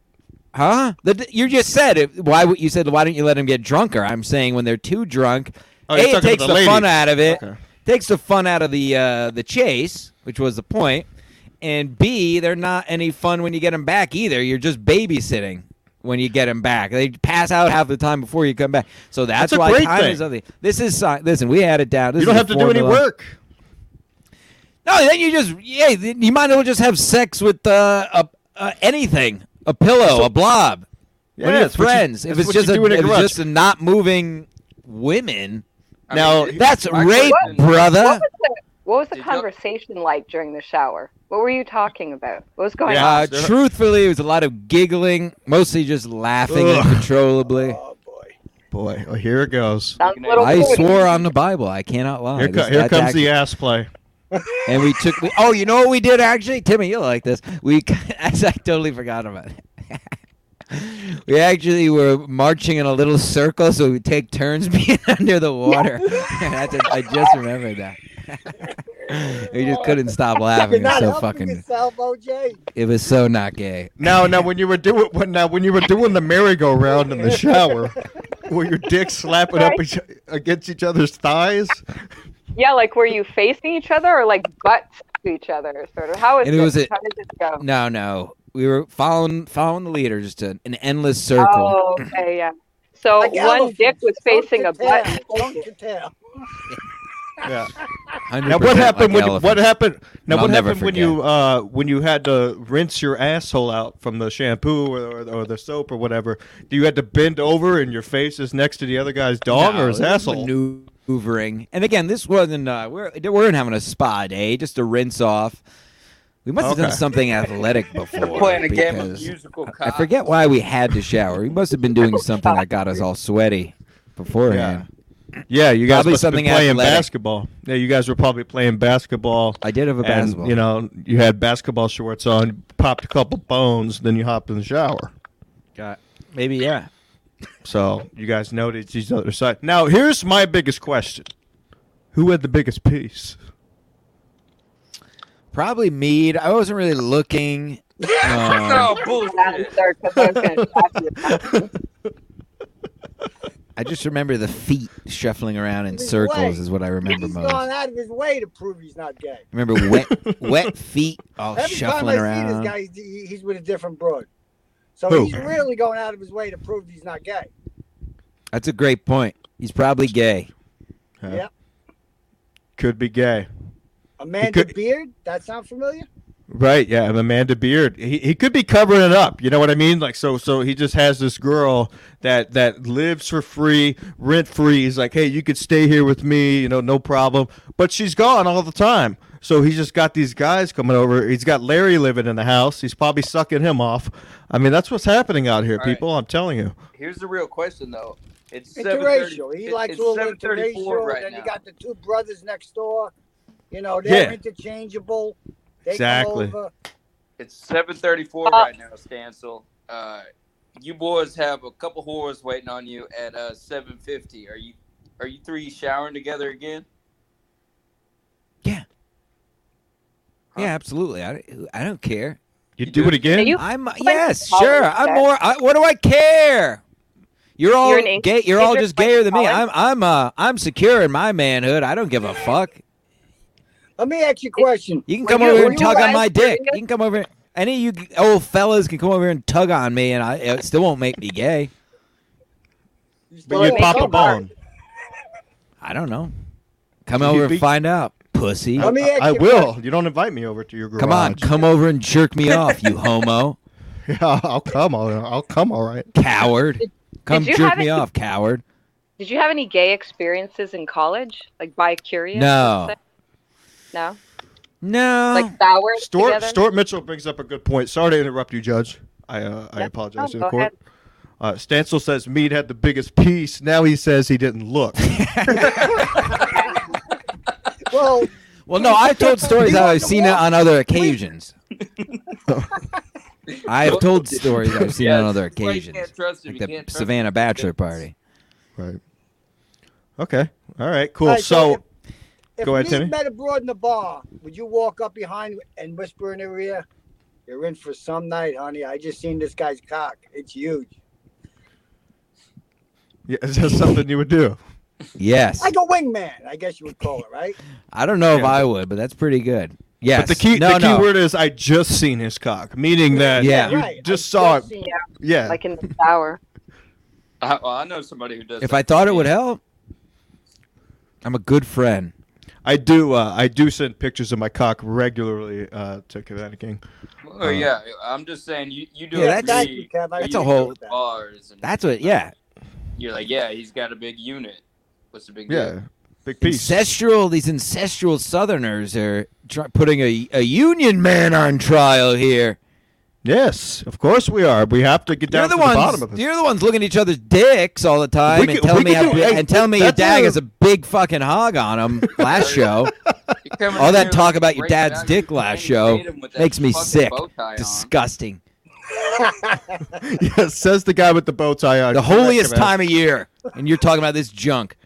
[SPEAKER 1] huh The- you just said it why would you said why don't you let them get drunker i'm saying when they're too drunk
[SPEAKER 7] Oh,
[SPEAKER 1] a
[SPEAKER 7] you're
[SPEAKER 1] it
[SPEAKER 7] talking
[SPEAKER 1] takes
[SPEAKER 7] to
[SPEAKER 1] the,
[SPEAKER 7] the
[SPEAKER 1] fun
[SPEAKER 7] ladies.
[SPEAKER 1] out of it
[SPEAKER 7] Okay.
[SPEAKER 1] takes the fun out of the uh the chase which was the point and b they're not any fun when you get them back either you're just babysitting when you get them back they pass out half the time before you come back so that's,
[SPEAKER 7] That's a
[SPEAKER 1] why
[SPEAKER 7] great
[SPEAKER 1] time
[SPEAKER 7] thing.
[SPEAKER 1] is something this is si- listen we had it down this
[SPEAKER 7] You don't
[SPEAKER 1] is
[SPEAKER 7] have
[SPEAKER 1] the
[SPEAKER 7] to do any
[SPEAKER 1] formula.
[SPEAKER 7] work.
[SPEAKER 1] no then you just yeah then you might as well just have sex with uh, a, uh anything a pillow a blob when
[SPEAKER 7] Yeah,
[SPEAKER 1] you're
[SPEAKER 7] it's what you-
[SPEAKER 1] friends
[SPEAKER 7] it's
[SPEAKER 1] if it's
[SPEAKER 7] what you
[SPEAKER 1] just a,
[SPEAKER 7] do in a
[SPEAKER 1] if it's
[SPEAKER 7] garage.
[SPEAKER 1] just a not moving women
[SPEAKER 2] I
[SPEAKER 7] Now,
[SPEAKER 2] mean, it-
[SPEAKER 1] that's
[SPEAKER 2] my
[SPEAKER 1] rape
[SPEAKER 2] question-
[SPEAKER 1] brother
[SPEAKER 8] What was the
[SPEAKER 2] Did you-
[SPEAKER 8] conversation like during the shower? What were you talking about? What was going
[SPEAKER 7] Yeah.
[SPEAKER 8] on?
[SPEAKER 1] Uh,
[SPEAKER 7] Sure.
[SPEAKER 1] truthfully, it was a lot of giggling, mostly just laughing
[SPEAKER 7] Ugh.
[SPEAKER 1] uncontrollably.
[SPEAKER 9] Oh boy.
[SPEAKER 7] Boy, oh, here it goes.
[SPEAKER 8] Sounds a little
[SPEAKER 1] I
[SPEAKER 8] fruity.
[SPEAKER 1] swore on the Bible. I cannot lie.
[SPEAKER 7] Here, co-
[SPEAKER 1] This-
[SPEAKER 7] here
[SPEAKER 1] that's
[SPEAKER 7] comes
[SPEAKER 1] actually-
[SPEAKER 7] the ass play.
[SPEAKER 1] And we took. We, oh, you know what we did actually, Timmy? You'll like this. We, [laughs] I totally forgot about it. [laughs] We actually were marching in a little circle, so we take turns [laughs] being under the
[SPEAKER 9] [laughs]
[SPEAKER 1] water. [laughs] That's a, I just remembered that. [laughs] we just couldn't stop laughing.
[SPEAKER 9] You're
[SPEAKER 1] It was
[SPEAKER 9] not
[SPEAKER 1] so
[SPEAKER 9] helping
[SPEAKER 1] fucking.
[SPEAKER 9] yourself, OJ.
[SPEAKER 1] It was so not gay.
[SPEAKER 7] Now, now, when you were doing when now when you were doing the merry-go-round in the shower, were your dicks slapping up each, against each other's thighs?
[SPEAKER 8] Yeah, like were you facing each other or like butts to each other? Sort of. How is
[SPEAKER 1] And it
[SPEAKER 8] this?
[SPEAKER 1] was a-
[SPEAKER 8] How does
[SPEAKER 1] [laughs]
[SPEAKER 8] it go?
[SPEAKER 1] No, no. We were following following the leader, just an, an endless circle.
[SPEAKER 8] Oh, okay, yeah. So
[SPEAKER 9] Like
[SPEAKER 8] one
[SPEAKER 9] elephants,
[SPEAKER 8] dick was facing a
[SPEAKER 9] Don't you
[SPEAKER 8] [laughs] butt.
[SPEAKER 9] tell, Don't you tell.
[SPEAKER 7] Yeah.
[SPEAKER 1] 100%
[SPEAKER 7] Now, what happened
[SPEAKER 1] like
[SPEAKER 7] when you,
[SPEAKER 1] elephants.
[SPEAKER 7] what happened? Now,
[SPEAKER 1] And
[SPEAKER 7] what
[SPEAKER 1] I'll never
[SPEAKER 7] happened when you uh, when you had to rinse your asshole out from the shampoo or, or, or the soap or whatever? Do you had to bend over and your face is next to the other guy's dong
[SPEAKER 1] No,
[SPEAKER 7] or his
[SPEAKER 1] it was
[SPEAKER 7] asshole?
[SPEAKER 1] Maneuvering, and again, this wasn't. Uh, we're we weren't having a spa day, just to rinse off. We must have
[SPEAKER 7] Okay.
[SPEAKER 1] done something
[SPEAKER 9] [laughs]
[SPEAKER 1] athletic before.
[SPEAKER 2] Playing a game of
[SPEAKER 1] because
[SPEAKER 2] musical
[SPEAKER 1] I
[SPEAKER 2] cops. [laughs]
[SPEAKER 1] forget why we had to shower. We must have been doing something that got us all sweaty beforehand.
[SPEAKER 7] yeah, you guys
[SPEAKER 1] Probably
[SPEAKER 7] must have been
[SPEAKER 1] something
[SPEAKER 7] playing
[SPEAKER 1] athletic.
[SPEAKER 7] basketball. Yeah, you guys were probably playing basketball.
[SPEAKER 1] I did have a
[SPEAKER 7] and,
[SPEAKER 1] basketball.
[SPEAKER 7] You know, you had basketball shorts on, popped a couple bones, then you hopped in the shower.
[SPEAKER 1] Got- maybe yeah.
[SPEAKER 7] So you guys noticed each other's side. Now, here's my biggest question: Who had the biggest piece?
[SPEAKER 1] Probably mead. I wasn't really looking. Um,
[SPEAKER 2] [laughs] No
[SPEAKER 8] Oh, That
[SPEAKER 2] bullshit.
[SPEAKER 8] answer, 'cause I was gonna shock you.
[SPEAKER 1] I just remember the feet shuffling around in
[SPEAKER 9] His
[SPEAKER 1] circles
[SPEAKER 9] way.
[SPEAKER 1] is what I remember
[SPEAKER 9] He's
[SPEAKER 1] most.
[SPEAKER 9] gone out of his way to prove he's not gay.
[SPEAKER 1] Remember wet wet
[SPEAKER 9] [laughs]
[SPEAKER 1] feet all
[SPEAKER 9] Every
[SPEAKER 1] shuffling
[SPEAKER 9] time I see
[SPEAKER 1] around.
[SPEAKER 9] this guy, he's, he- he's with a different broad. So
[SPEAKER 7] Who?
[SPEAKER 9] he's really going out of his way to prove he's not gay.
[SPEAKER 1] That's a great point. He's probably gay.
[SPEAKER 7] Huh?
[SPEAKER 9] Yep.
[SPEAKER 7] Could be gay.
[SPEAKER 9] Amanda
[SPEAKER 7] could-
[SPEAKER 9] Beard? That sound familiar?
[SPEAKER 7] Right, yeah, and Amanda Beard. He, he could be covering it up. You know what I mean? Like so so he just has this girl that that lives for free, rent free. He's like, "Hey, you could stay here with me, you know, no problem." But she's gone all the time. So he's just got these guys coming over. He's got Larry living in the house. He's probably sucking him off. I mean, that's what's happening out here,
[SPEAKER 2] All right.
[SPEAKER 7] people. I'm telling you.
[SPEAKER 2] Here's the real question, though. It's
[SPEAKER 9] It's
[SPEAKER 2] seven
[SPEAKER 9] interracial.
[SPEAKER 2] thirty.
[SPEAKER 9] He likes a little interracial.
[SPEAKER 2] right
[SPEAKER 9] then you
[SPEAKER 2] now.
[SPEAKER 9] got the two brothers next door. You know, they're
[SPEAKER 7] Yeah.
[SPEAKER 9] interchangeable. They
[SPEAKER 7] Exactly.
[SPEAKER 9] Come over.
[SPEAKER 2] It's seven thirty-four right now, Stancil. Uh, you boys have a couple whores waiting on you at uh, seven fifty. Are you are you three showering together again?
[SPEAKER 1] Yeah, absolutely. I, I don't care.
[SPEAKER 7] You,
[SPEAKER 2] You
[SPEAKER 7] do
[SPEAKER 2] do?
[SPEAKER 7] it again?
[SPEAKER 8] You-
[SPEAKER 1] I'm
[SPEAKER 8] to
[SPEAKER 1] yes,
[SPEAKER 8] college,
[SPEAKER 1] sure. I'm
[SPEAKER 8] Jack.
[SPEAKER 1] more. I, what do I care? You're all
[SPEAKER 8] You're an English
[SPEAKER 1] gay. You're all
[SPEAKER 8] major,
[SPEAKER 1] just
[SPEAKER 8] went to
[SPEAKER 1] gayer than me. I'm
[SPEAKER 8] college.
[SPEAKER 1] I'm uh I'm secure in my manhood. I don't give a fuck.
[SPEAKER 9] Let me ask you a question.
[SPEAKER 1] You can
[SPEAKER 9] When
[SPEAKER 1] come over
[SPEAKER 9] you-
[SPEAKER 1] here
[SPEAKER 9] when
[SPEAKER 1] and
[SPEAKER 9] you
[SPEAKER 1] tug on
[SPEAKER 9] guys-
[SPEAKER 1] my dick. You can come over. Any of you g- old fellas can come over here and tug on me, and I it still won't make me gay.
[SPEAKER 7] But you
[SPEAKER 8] Make
[SPEAKER 7] pop
[SPEAKER 8] it
[SPEAKER 7] a bone.
[SPEAKER 1] I don't know. Come
[SPEAKER 7] You
[SPEAKER 1] over and
[SPEAKER 7] be-
[SPEAKER 1] find out, pussy.
[SPEAKER 9] Let me ask
[SPEAKER 7] I, I
[SPEAKER 9] you a
[SPEAKER 7] will. You don't invite me over to your garage.
[SPEAKER 1] Come on, come over and jerk me off,
[SPEAKER 8] [laughs]
[SPEAKER 1] you homo
[SPEAKER 7] [laughs] Yeah, I'll come. I'll, I'll come all right.
[SPEAKER 1] coward. Come
[SPEAKER 8] you
[SPEAKER 1] jerk
[SPEAKER 8] have
[SPEAKER 1] me
[SPEAKER 8] any-
[SPEAKER 1] off, coward.
[SPEAKER 8] [laughs] Did you have any gay experiences in college? Like bi curious?
[SPEAKER 1] No.
[SPEAKER 8] No?
[SPEAKER 1] No,
[SPEAKER 8] Like sour
[SPEAKER 7] Stuart,
[SPEAKER 8] together?
[SPEAKER 7] Stuart Mitchell brings up a good point. Sorry to interrupt you, Judge. I uh, I
[SPEAKER 8] Yeah.
[SPEAKER 7] apologize
[SPEAKER 8] Oh,
[SPEAKER 7] to the
[SPEAKER 8] go
[SPEAKER 7] court. Uh, Stancil says Mead had the biggest piece. Now he says he
[SPEAKER 1] [laughs]
[SPEAKER 7] didn't look.
[SPEAKER 9] Well,
[SPEAKER 1] Well, no, I've told stories
[SPEAKER 9] You
[SPEAKER 1] how
[SPEAKER 9] want
[SPEAKER 1] I've
[SPEAKER 9] to
[SPEAKER 1] seen it
[SPEAKER 9] walk?
[SPEAKER 1] on other occasions. I've told stories I've seen
[SPEAKER 2] Yeah,
[SPEAKER 1] on other
[SPEAKER 2] that's why you can't
[SPEAKER 1] occasions,
[SPEAKER 2] trust him.
[SPEAKER 1] like
[SPEAKER 2] You
[SPEAKER 1] the
[SPEAKER 2] can't trust
[SPEAKER 1] Savannah
[SPEAKER 2] him.
[SPEAKER 1] Bachelor party.
[SPEAKER 7] right. Okay. All right. Cool.
[SPEAKER 9] All right,
[SPEAKER 7] so,
[SPEAKER 9] so if
[SPEAKER 7] Go ahead,
[SPEAKER 9] me
[SPEAKER 7] Timmy.
[SPEAKER 9] met a broad in the bar, would you walk up behind and whisper in her ear, "You're in for some night, honey. I just seen this guy's cock. It's huge."
[SPEAKER 7] yeah, is that something you would do?
[SPEAKER 1] Yes,
[SPEAKER 9] Like a wingman, I guess you would call it, right?
[SPEAKER 1] I don't know if
[SPEAKER 7] Yeah.
[SPEAKER 1] I would, but that's pretty good. Yes,
[SPEAKER 7] But the key
[SPEAKER 1] no,
[SPEAKER 7] the key
[SPEAKER 1] no.
[SPEAKER 7] word is I just seen his cock, meaning that
[SPEAKER 1] Yeah.
[SPEAKER 7] you
[SPEAKER 9] right.
[SPEAKER 7] just
[SPEAKER 9] I
[SPEAKER 7] saw it.
[SPEAKER 9] seen
[SPEAKER 7] Yeah.
[SPEAKER 8] Like in the
[SPEAKER 1] [laughs]
[SPEAKER 8] sour.
[SPEAKER 2] I, well, I know somebody who does.
[SPEAKER 1] if
[SPEAKER 2] that.
[SPEAKER 1] I thought it would help, I'm a good friend.
[SPEAKER 7] I do. Uh, I do send pictures of my cock regularly uh, to Connecticut King.
[SPEAKER 2] Oh yeah, I'm just saying you you do
[SPEAKER 1] uh, Yeah, that's-
[SPEAKER 2] it. for
[SPEAKER 9] Thank
[SPEAKER 2] me.
[SPEAKER 9] you, Kev. I
[SPEAKER 1] that's
[SPEAKER 9] agree
[SPEAKER 1] a whole-
[SPEAKER 9] with that.
[SPEAKER 2] bars. And
[SPEAKER 1] That's what. Yeah,
[SPEAKER 2] You're like, yeah, he's got a big unit. What's the big
[SPEAKER 7] Yeah.
[SPEAKER 2] deal?
[SPEAKER 7] Big piece.
[SPEAKER 1] ancestral. These ancestral Southerners are try- putting a, a Union man on trial here.
[SPEAKER 7] yes. Of course we are. We have to get down
[SPEAKER 1] you're the
[SPEAKER 7] to
[SPEAKER 1] ones.
[SPEAKER 7] the bottom of this.
[SPEAKER 1] You're the ones looking at each other's dicks all the time
[SPEAKER 7] We
[SPEAKER 1] and
[SPEAKER 7] could- we
[SPEAKER 1] telling me
[SPEAKER 7] could
[SPEAKER 1] how,
[SPEAKER 7] do-
[SPEAKER 1] bi-
[SPEAKER 7] hey,
[SPEAKER 1] and telling me your
[SPEAKER 7] that's
[SPEAKER 1] dad
[SPEAKER 7] a-
[SPEAKER 1] has a big fucking hog on
[SPEAKER 7] [laughs]
[SPEAKER 1] him. Last show,
[SPEAKER 2] You're coming
[SPEAKER 1] All
[SPEAKER 2] in
[SPEAKER 1] that
[SPEAKER 2] here
[SPEAKER 1] talk
[SPEAKER 2] with
[SPEAKER 1] about your
[SPEAKER 2] great
[SPEAKER 1] dad's
[SPEAKER 2] value
[SPEAKER 1] dick last
[SPEAKER 2] Channing
[SPEAKER 1] show
[SPEAKER 2] Tatum with that
[SPEAKER 1] makes me
[SPEAKER 2] fucking
[SPEAKER 1] sick.
[SPEAKER 2] bow tie
[SPEAKER 1] [laughs]
[SPEAKER 2] on. [laughs]
[SPEAKER 1] disgusting.
[SPEAKER 7] [laughs] yes, says the guy with the bow tie on.
[SPEAKER 1] The holiest
[SPEAKER 7] Correct, man.
[SPEAKER 1] time of year, and you're talking about this junk.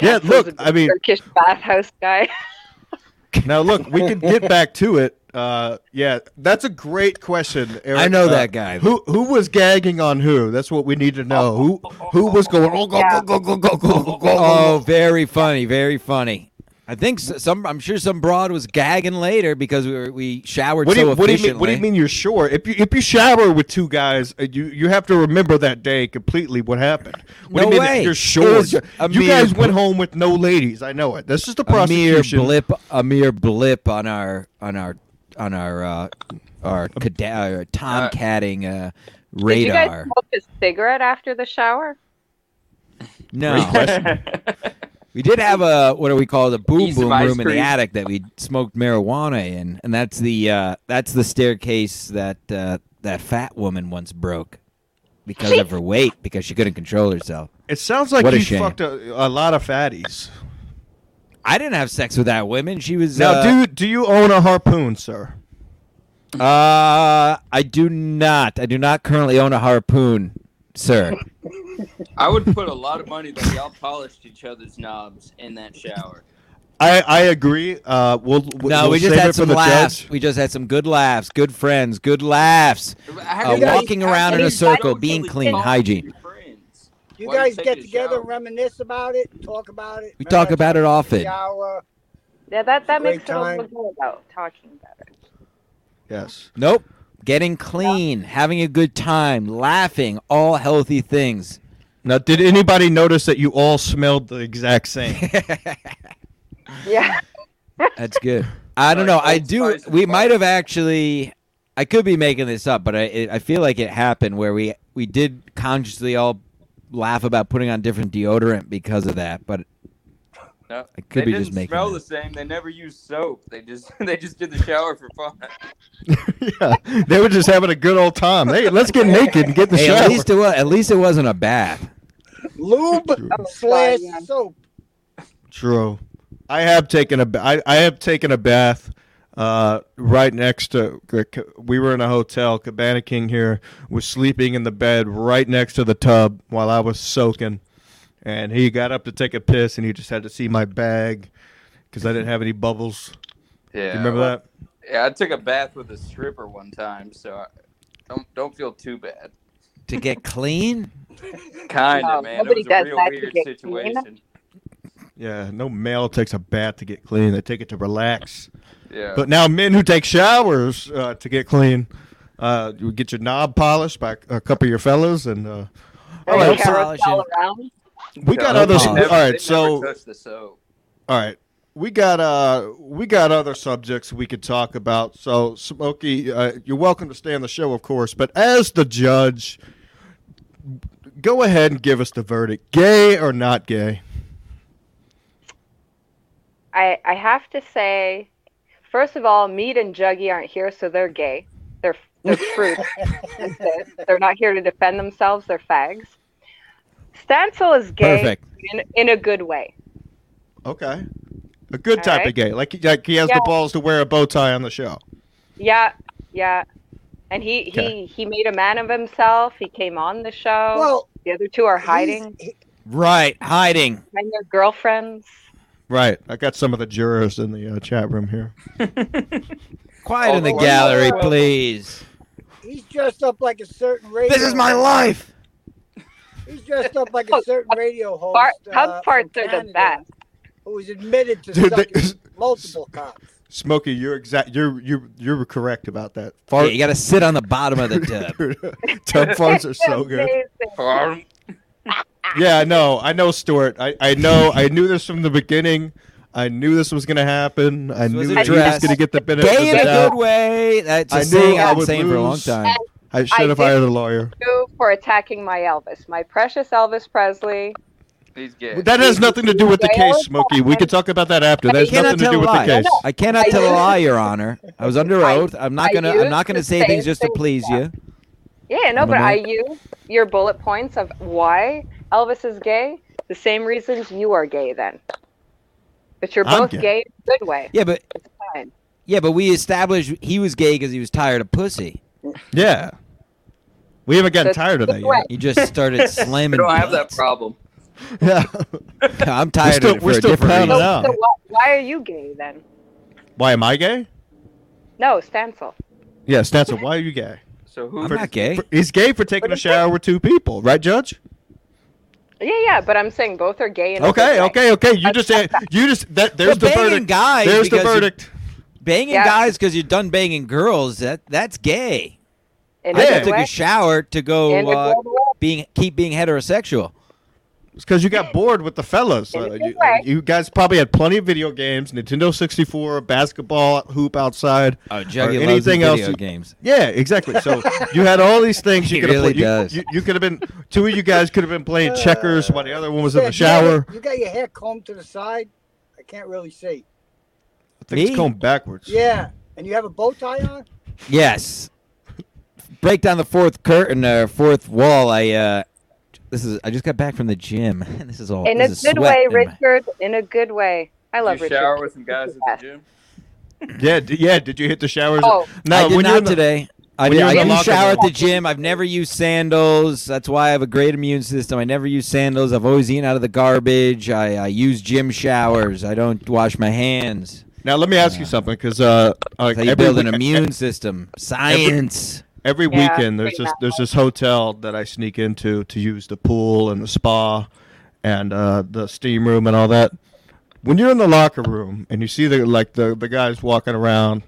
[SPEAKER 7] Yeah,
[SPEAKER 8] Stancel's
[SPEAKER 7] look,
[SPEAKER 8] a
[SPEAKER 7] I mean-
[SPEAKER 8] Turkish bathhouse guy. [laughs]
[SPEAKER 7] Now look, we
[SPEAKER 1] [laughs]
[SPEAKER 7] can get back to it. Uh, yeah, that's a great question. Eric.
[SPEAKER 1] I know
[SPEAKER 7] Uh,
[SPEAKER 1] that guy.
[SPEAKER 7] Who who was gagging on who? That's what we need to know. Who who was going? Oh, go, go, go, go, go, go, go, go.
[SPEAKER 1] Oh, very funny, very funny. I think s- some. I'm sure some broad was gagging later because we were, we showered
[SPEAKER 7] What do,
[SPEAKER 1] so
[SPEAKER 7] you, what do you mean?
[SPEAKER 1] efficiently.
[SPEAKER 7] What do you mean? You're sure? If you if you shower with two guys, uh, you you have to remember that day completely. What happened? What
[SPEAKER 1] No
[SPEAKER 7] do you mean?
[SPEAKER 1] way.
[SPEAKER 7] that You're
[SPEAKER 1] It
[SPEAKER 7] sure.
[SPEAKER 1] was a
[SPEAKER 7] You
[SPEAKER 1] mere
[SPEAKER 7] guys went
[SPEAKER 1] bl-
[SPEAKER 7] home with no ladies. I know it. This is the
[SPEAKER 1] a mere
[SPEAKER 7] prosecution.
[SPEAKER 1] blip, a mere blip on our on our on our uh, our, cada-
[SPEAKER 7] Uh,
[SPEAKER 1] our tomcatting uh,
[SPEAKER 8] Did you guys
[SPEAKER 1] radar.
[SPEAKER 8] smoke a cigarette after the shower?
[SPEAKER 1] No, [laughs] we did have a what do we call it? A boom
[SPEAKER 2] Piece of
[SPEAKER 1] boom
[SPEAKER 2] ice
[SPEAKER 1] room in the
[SPEAKER 2] cream.
[SPEAKER 1] attic that we smoked marijuana in, and that's the uh, that's the staircase that uh, that fat woman once broke because of her weight because she couldn't control herself.
[SPEAKER 7] It sounds like
[SPEAKER 1] What a
[SPEAKER 7] you
[SPEAKER 1] shame.
[SPEAKER 7] fucked a, a lot of fatties.
[SPEAKER 1] I didn't have sex with that woman. She was
[SPEAKER 7] Now,
[SPEAKER 1] uh,
[SPEAKER 7] do you- do you own a harpoon, sir?
[SPEAKER 1] Uh, I do not. I do not currently own a harpoon, sir.
[SPEAKER 2] I would put a lot of money that y'all polished each other's knobs in that shower.
[SPEAKER 7] I, I agree. Uh, we'll, we'll
[SPEAKER 1] no,
[SPEAKER 7] we'll
[SPEAKER 1] we just
[SPEAKER 7] save
[SPEAKER 1] had
[SPEAKER 7] it for
[SPEAKER 1] some
[SPEAKER 7] the
[SPEAKER 1] laughs.
[SPEAKER 7] judge.
[SPEAKER 1] We just had some good laughs, good friends, good laughs.
[SPEAKER 2] How
[SPEAKER 1] Uh,
[SPEAKER 2] do you guys-
[SPEAKER 1] walking around
[SPEAKER 2] how
[SPEAKER 1] in
[SPEAKER 2] do
[SPEAKER 1] a
[SPEAKER 2] you
[SPEAKER 1] circle,
[SPEAKER 2] socially
[SPEAKER 1] being clean,
[SPEAKER 2] talk to
[SPEAKER 1] hygiene.
[SPEAKER 2] your friends?
[SPEAKER 9] You
[SPEAKER 2] Why don't you
[SPEAKER 9] guys
[SPEAKER 2] take
[SPEAKER 9] get
[SPEAKER 2] a
[SPEAKER 9] together
[SPEAKER 2] shower?
[SPEAKER 9] and reminisce about it, talk about it.
[SPEAKER 1] We
[SPEAKER 9] Remember
[SPEAKER 1] talk
[SPEAKER 9] that
[SPEAKER 1] about
[SPEAKER 9] time
[SPEAKER 1] it
[SPEAKER 9] in the
[SPEAKER 1] often.
[SPEAKER 9] Shower.
[SPEAKER 8] Yeah, that, that
[SPEAKER 9] Great
[SPEAKER 8] makes it a
[SPEAKER 9] time.
[SPEAKER 8] little good about talking about it.
[SPEAKER 7] Yes.
[SPEAKER 1] Nope. Getting clean, having a good time, laughing, all healthy things.
[SPEAKER 7] Now, did anybody notice that you all smelled the exact same?
[SPEAKER 8] Yeah.
[SPEAKER 1] [laughs] That's good. I don't know. I do.
[SPEAKER 2] Spice and
[SPEAKER 1] We might have actually. I could be making this up, but I it, I feel like it happened where we we did consciously all laugh about putting on different deodorant because of that. But
[SPEAKER 2] No,
[SPEAKER 1] I could
[SPEAKER 2] they
[SPEAKER 1] be
[SPEAKER 2] didn't
[SPEAKER 1] just making
[SPEAKER 2] smell
[SPEAKER 1] that.
[SPEAKER 2] the same. They never used soap. They just [laughs] they just did the shower for fun.
[SPEAKER 7] [laughs] yeah, they were just having a good old time. Hey, let's get naked and get
[SPEAKER 2] [laughs]
[SPEAKER 7] in the
[SPEAKER 1] Hey,
[SPEAKER 7] shower.
[SPEAKER 1] at least it was at least it wasn't a bath. [laughs]
[SPEAKER 9] Lube slash soap.
[SPEAKER 7] True. I have taken a ba- I, I have taken a bath uh, right next to we were in a hotel. Cabana King here was sleeping in the bed right next to the tub while I was soaking, and he got up to take a piss and he just had to see my bag because I didn't have any bubbles.
[SPEAKER 2] Yeah,
[SPEAKER 7] you remember that?
[SPEAKER 2] Yeah, I took a bath with a stripper one time, so I don't don't feel too bad.
[SPEAKER 1] To get clean,
[SPEAKER 2] Kind
[SPEAKER 8] Wow,
[SPEAKER 2] of man,
[SPEAKER 8] nobody
[SPEAKER 2] it was a
[SPEAKER 8] does
[SPEAKER 2] real
[SPEAKER 8] that to
[SPEAKER 2] weird
[SPEAKER 8] get clean.
[SPEAKER 2] situation.
[SPEAKER 7] Yeah, no male takes a bath to get clean. They take it to relax.
[SPEAKER 2] Yeah,
[SPEAKER 7] But now men who take showers uh, to get clean, uh, you get your knob polished by a couple of your fellas, and uh, all
[SPEAKER 8] There's
[SPEAKER 7] right, so-
[SPEAKER 8] carrots all around.
[SPEAKER 7] we got
[SPEAKER 2] No,
[SPEAKER 7] other.
[SPEAKER 2] they
[SPEAKER 1] sub-
[SPEAKER 2] never-
[SPEAKER 7] all right,
[SPEAKER 2] they
[SPEAKER 7] so-
[SPEAKER 2] never touched the soap. [laughs]
[SPEAKER 7] All right, we got uh, we got other subjects we could talk about. So Smokey, uh, you're welcome to stay on the show, of course, but as the judge, go ahead and give us the verdict: gay or not gay?
[SPEAKER 8] I, I have to say, first of all, Mead and Juggy aren't here, so they're gay. They're
[SPEAKER 9] [laughs]
[SPEAKER 8] they're fruit. That's it. they're not here to defend themselves. They're fags. Stancil is gay
[SPEAKER 1] perfect.
[SPEAKER 8] in, in a good way.
[SPEAKER 7] Okay, a good
[SPEAKER 8] All
[SPEAKER 7] type
[SPEAKER 8] right.
[SPEAKER 7] of gay, like, like he has
[SPEAKER 8] Yeah.
[SPEAKER 7] the balls to wear a bow tie on the show.
[SPEAKER 8] Yeah, yeah. And he
[SPEAKER 7] Okay.
[SPEAKER 8] he he made a man of himself. He came on the show.
[SPEAKER 9] Well,
[SPEAKER 8] the other two are Oh, hiding
[SPEAKER 9] he's- he-
[SPEAKER 1] Right, hiding.
[SPEAKER 8] behind their girlfriends.
[SPEAKER 7] Right, I got some of the jurors in the uh, chat room here.
[SPEAKER 1] Quiet in the
[SPEAKER 2] Oh,
[SPEAKER 1] gallery,
[SPEAKER 2] wow.
[SPEAKER 1] please.
[SPEAKER 9] he's dressed up like a certain radio.
[SPEAKER 1] This is my life.
[SPEAKER 9] He's dressed up
[SPEAKER 8] [laughs] Oh,
[SPEAKER 9] like a certain radio host.
[SPEAKER 8] Bar-
[SPEAKER 9] uh,
[SPEAKER 8] Cub parts
[SPEAKER 9] from
[SPEAKER 8] are the
[SPEAKER 9] Canada
[SPEAKER 8] best.
[SPEAKER 9] Who was admitted to
[SPEAKER 7] Dude, they-
[SPEAKER 9] sucking multiple cops.
[SPEAKER 7] Smokey, you're exact. You're you you're correct about that.
[SPEAKER 1] Yeah,
[SPEAKER 7] Fart,
[SPEAKER 1] you got to sit on the bottom of the
[SPEAKER 7] [laughs]
[SPEAKER 1] tub.
[SPEAKER 7] tub farts
[SPEAKER 8] [laughs]
[SPEAKER 7] are so good.
[SPEAKER 8] Amazing.
[SPEAKER 2] Um,
[SPEAKER 7] Yeah, I know. I know, Stuart. I, I know. I knew this from the beginning. I knew this was going to happen. I
[SPEAKER 1] This was
[SPEAKER 7] knew
[SPEAKER 1] a
[SPEAKER 7] that he was
[SPEAKER 1] dress.
[SPEAKER 7] going to get the benefit
[SPEAKER 1] Gay in
[SPEAKER 7] of
[SPEAKER 1] a
[SPEAKER 7] the
[SPEAKER 1] good
[SPEAKER 7] doubt.
[SPEAKER 1] way. That's a
[SPEAKER 7] I knew
[SPEAKER 1] saying
[SPEAKER 7] I
[SPEAKER 1] I've been
[SPEAKER 7] would
[SPEAKER 1] saying for a long
[SPEAKER 7] lose.
[SPEAKER 1] time.
[SPEAKER 7] I
[SPEAKER 8] I
[SPEAKER 7] should have
[SPEAKER 8] did-
[SPEAKER 7] hired a lawyer.
[SPEAKER 8] You for attacking my Elvis, my precious Elvis Presley.
[SPEAKER 2] he's gay.
[SPEAKER 7] That has nothing to do with the case, Smokey. We can talk about that after. That
[SPEAKER 1] I
[SPEAKER 7] has nothing
[SPEAKER 1] cannot
[SPEAKER 7] to
[SPEAKER 1] tell
[SPEAKER 7] do
[SPEAKER 1] a
[SPEAKER 7] with the
[SPEAKER 1] lie.
[SPEAKER 7] case.
[SPEAKER 1] I cannot
[SPEAKER 8] I
[SPEAKER 1] tell a
[SPEAKER 8] used-
[SPEAKER 1] lie, Your Honor. I was under
[SPEAKER 8] I-
[SPEAKER 1] oath. I'm not
[SPEAKER 8] I
[SPEAKER 1] gonna. I'm
[SPEAKER 8] used
[SPEAKER 1] not gonna
[SPEAKER 8] to
[SPEAKER 1] say
[SPEAKER 8] say
[SPEAKER 1] things just to
[SPEAKER 8] things
[SPEAKER 1] please you.
[SPEAKER 8] Yeah, no,
[SPEAKER 1] I'm
[SPEAKER 8] but
[SPEAKER 1] an
[SPEAKER 8] I
[SPEAKER 1] old-
[SPEAKER 8] use your bullet points of why Elvis is gay. The same reasons you are gay, then. But you're
[SPEAKER 7] I'm
[SPEAKER 8] both
[SPEAKER 7] gay.
[SPEAKER 8] gay. in a good way.
[SPEAKER 1] Yeah, but
[SPEAKER 8] It's fine.
[SPEAKER 1] yeah, but we established he was gay because he was tired of pussy.
[SPEAKER 7] Yeah. We haven't gotten
[SPEAKER 8] That's
[SPEAKER 7] tired of that
[SPEAKER 8] Right.
[SPEAKER 7] yet.
[SPEAKER 1] He just started
[SPEAKER 2] We
[SPEAKER 1] slamming.
[SPEAKER 2] don't have that
[SPEAKER 1] butts.
[SPEAKER 2] problem.
[SPEAKER 7] Yeah.
[SPEAKER 1] [laughs] I'm tired
[SPEAKER 7] still-
[SPEAKER 1] of it
[SPEAKER 7] we're
[SPEAKER 1] for a
[SPEAKER 7] still
[SPEAKER 1] different
[SPEAKER 7] proud
[SPEAKER 1] reason.
[SPEAKER 7] of that.
[SPEAKER 8] So,
[SPEAKER 7] No.
[SPEAKER 8] so why, why are you gay then?
[SPEAKER 7] [laughs] Why am I gay?
[SPEAKER 8] No, Stancil.
[SPEAKER 7] Yeah, Stanson, why are you gay?
[SPEAKER 2] So who?
[SPEAKER 1] I'm not gay.
[SPEAKER 7] For- He's gay for taking a shower with two people, right, Judge?
[SPEAKER 8] Yeah, yeah, but I'm saying both are gay. In a
[SPEAKER 7] Okay,
[SPEAKER 8] good way.
[SPEAKER 7] okay, okay. You
[SPEAKER 8] I-
[SPEAKER 7] just said you just that. There's the
[SPEAKER 1] You're banging
[SPEAKER 7] verdict.
[SPEAKER 1] guys
[SPEAKER 7] There's the
[SPEAKER 1] because you-
[SPEAKER 7] verdict.
[SPEAKER 1] Banging
[SPEAKER 8] Yeah.
[SPEAKER 1] guys because you're done banging girls. That that's gay.
[SPEAKER 8] In
[SPEAKER 1] I
[SPEAKER 8] a
[SPEAKER 7] Yeah.
[SPEAKER 1] just
[SPEAKER 8] good
[SPEAKER 1] took a
[SPEAKER 8] way.
[SPEAKER 1] shower to
[SPEAKER 8] In
[SPEAKER 1] go
[SPEAKER 8] a
[SPEAKER 1] uh,
[SPEAKER 8] good way.
[SPEAKER 1] being keep being heterosexual.
[SPEAKER 7] It's because you got bored with the fellas.
[SPEAKER 8] In a
[SPEAKER 7] Uh,
[SPEAKER 8] good
[SPEAKER 7] you,
[SPEAKER 8] way.
[SPEAKER 7] you guys probably had plenty of video games, Nintendo 64, basketball hoop outside.
[SPEAKER 1] Oh,
[SPEAKER 7] Or
[SPEAKER 1] Juggy loves
[SPEAKER 7] anything
[SPEAKER 1] video
[SPEAKER 7] else-
[SPEAKER 1] games.
[SPEAKER 7] Yeah, exactly.
[SPEAKER 9] [laughs]
[SPEAKER 7] So you had all these things you
[SPEAKER 1] He
[SPEAKER 7] could have
[SPEAKER 1] really
[SPEAKER 7] played. You-
[SPEAKER 1] does.
[SPEAKER 7] You, you could have been two of you guys could have been playing checkers while the other one was in
[SPEAKER 9] Uh, Yeah,
[SPEAKER 7] the shower.
[SPEAKER 9] You got your hair combed to the side. I can't really see.
[SPEAKER 7] I think
[SPEAKER 1] Me?
[SPEAKER 7] it's going backwards.
[SPEAKER 9] Yeah, and you have a bow tie on.
[SPEAKER 1] Yes. Break down the fourth curtain or fourth wall. I uh this is I just got back from the gym. [laughs] This is all
[SPEAKER 8] In a
[SPEAKER 1] this is
[SPEAKER 8] good
[SPEAKER 1] sweat
[SPEAKER 8] way,
[SPEAKER 1] in my-
[SPEAKER 8] Richard. In a good way. I love
[SPEAKER 2] you
[SPEAKER 8] Richard.
[SPEAKER 2] shower with some guys at the gym.
[SPEAKER 7] yeah, d- yeah. Did you hit the showers?
[SPEAKER 8] Oh.
[SPEAKER 7] no.
[SPEAKER 1] I did
[SPEAKER 7] when you're in
[SPEAKER 1] not
[SPEAKER 7] the-
[SPEAKER 1] today. I,
[SPEAKER 7] when
[SPEAKER 1] did,
[SPEAKER 7] you're
[SPEAKER 1] I
[SPEAKER 7] in the
[SPEAKER 1] didn't
[SPEAKER 7] locker
[SPEAKER 1] shower
[SPEAKER 7] room.
[SPEAKER 1] at the gym. I've never used sandals. That's why I have a great immune system. I never use sandals. I've always eaten out of the garbage. I, I use gym showers. I don't wash my hands.
[SPEAKER 7] Now let me ask you something, because uh, uh,
[SPEAKER 1] That's how you
[SPEAKER 7] every
[SPEAKER 1] build an
[SPEAKER 7] week-
[SPEAKER 1] immune system. Science.
[SPEAKER 7] Every
[SPEAKER 8] Yeah,
[SPEAKER 7] weekend there's
[SPEAKER 8] pretty
[SPEAKER 7] this there's this hotel that I sneak into to use the pool and the spa and uh, the steam room and all that. When you're in the locker room and you see the like the, the guys walking around,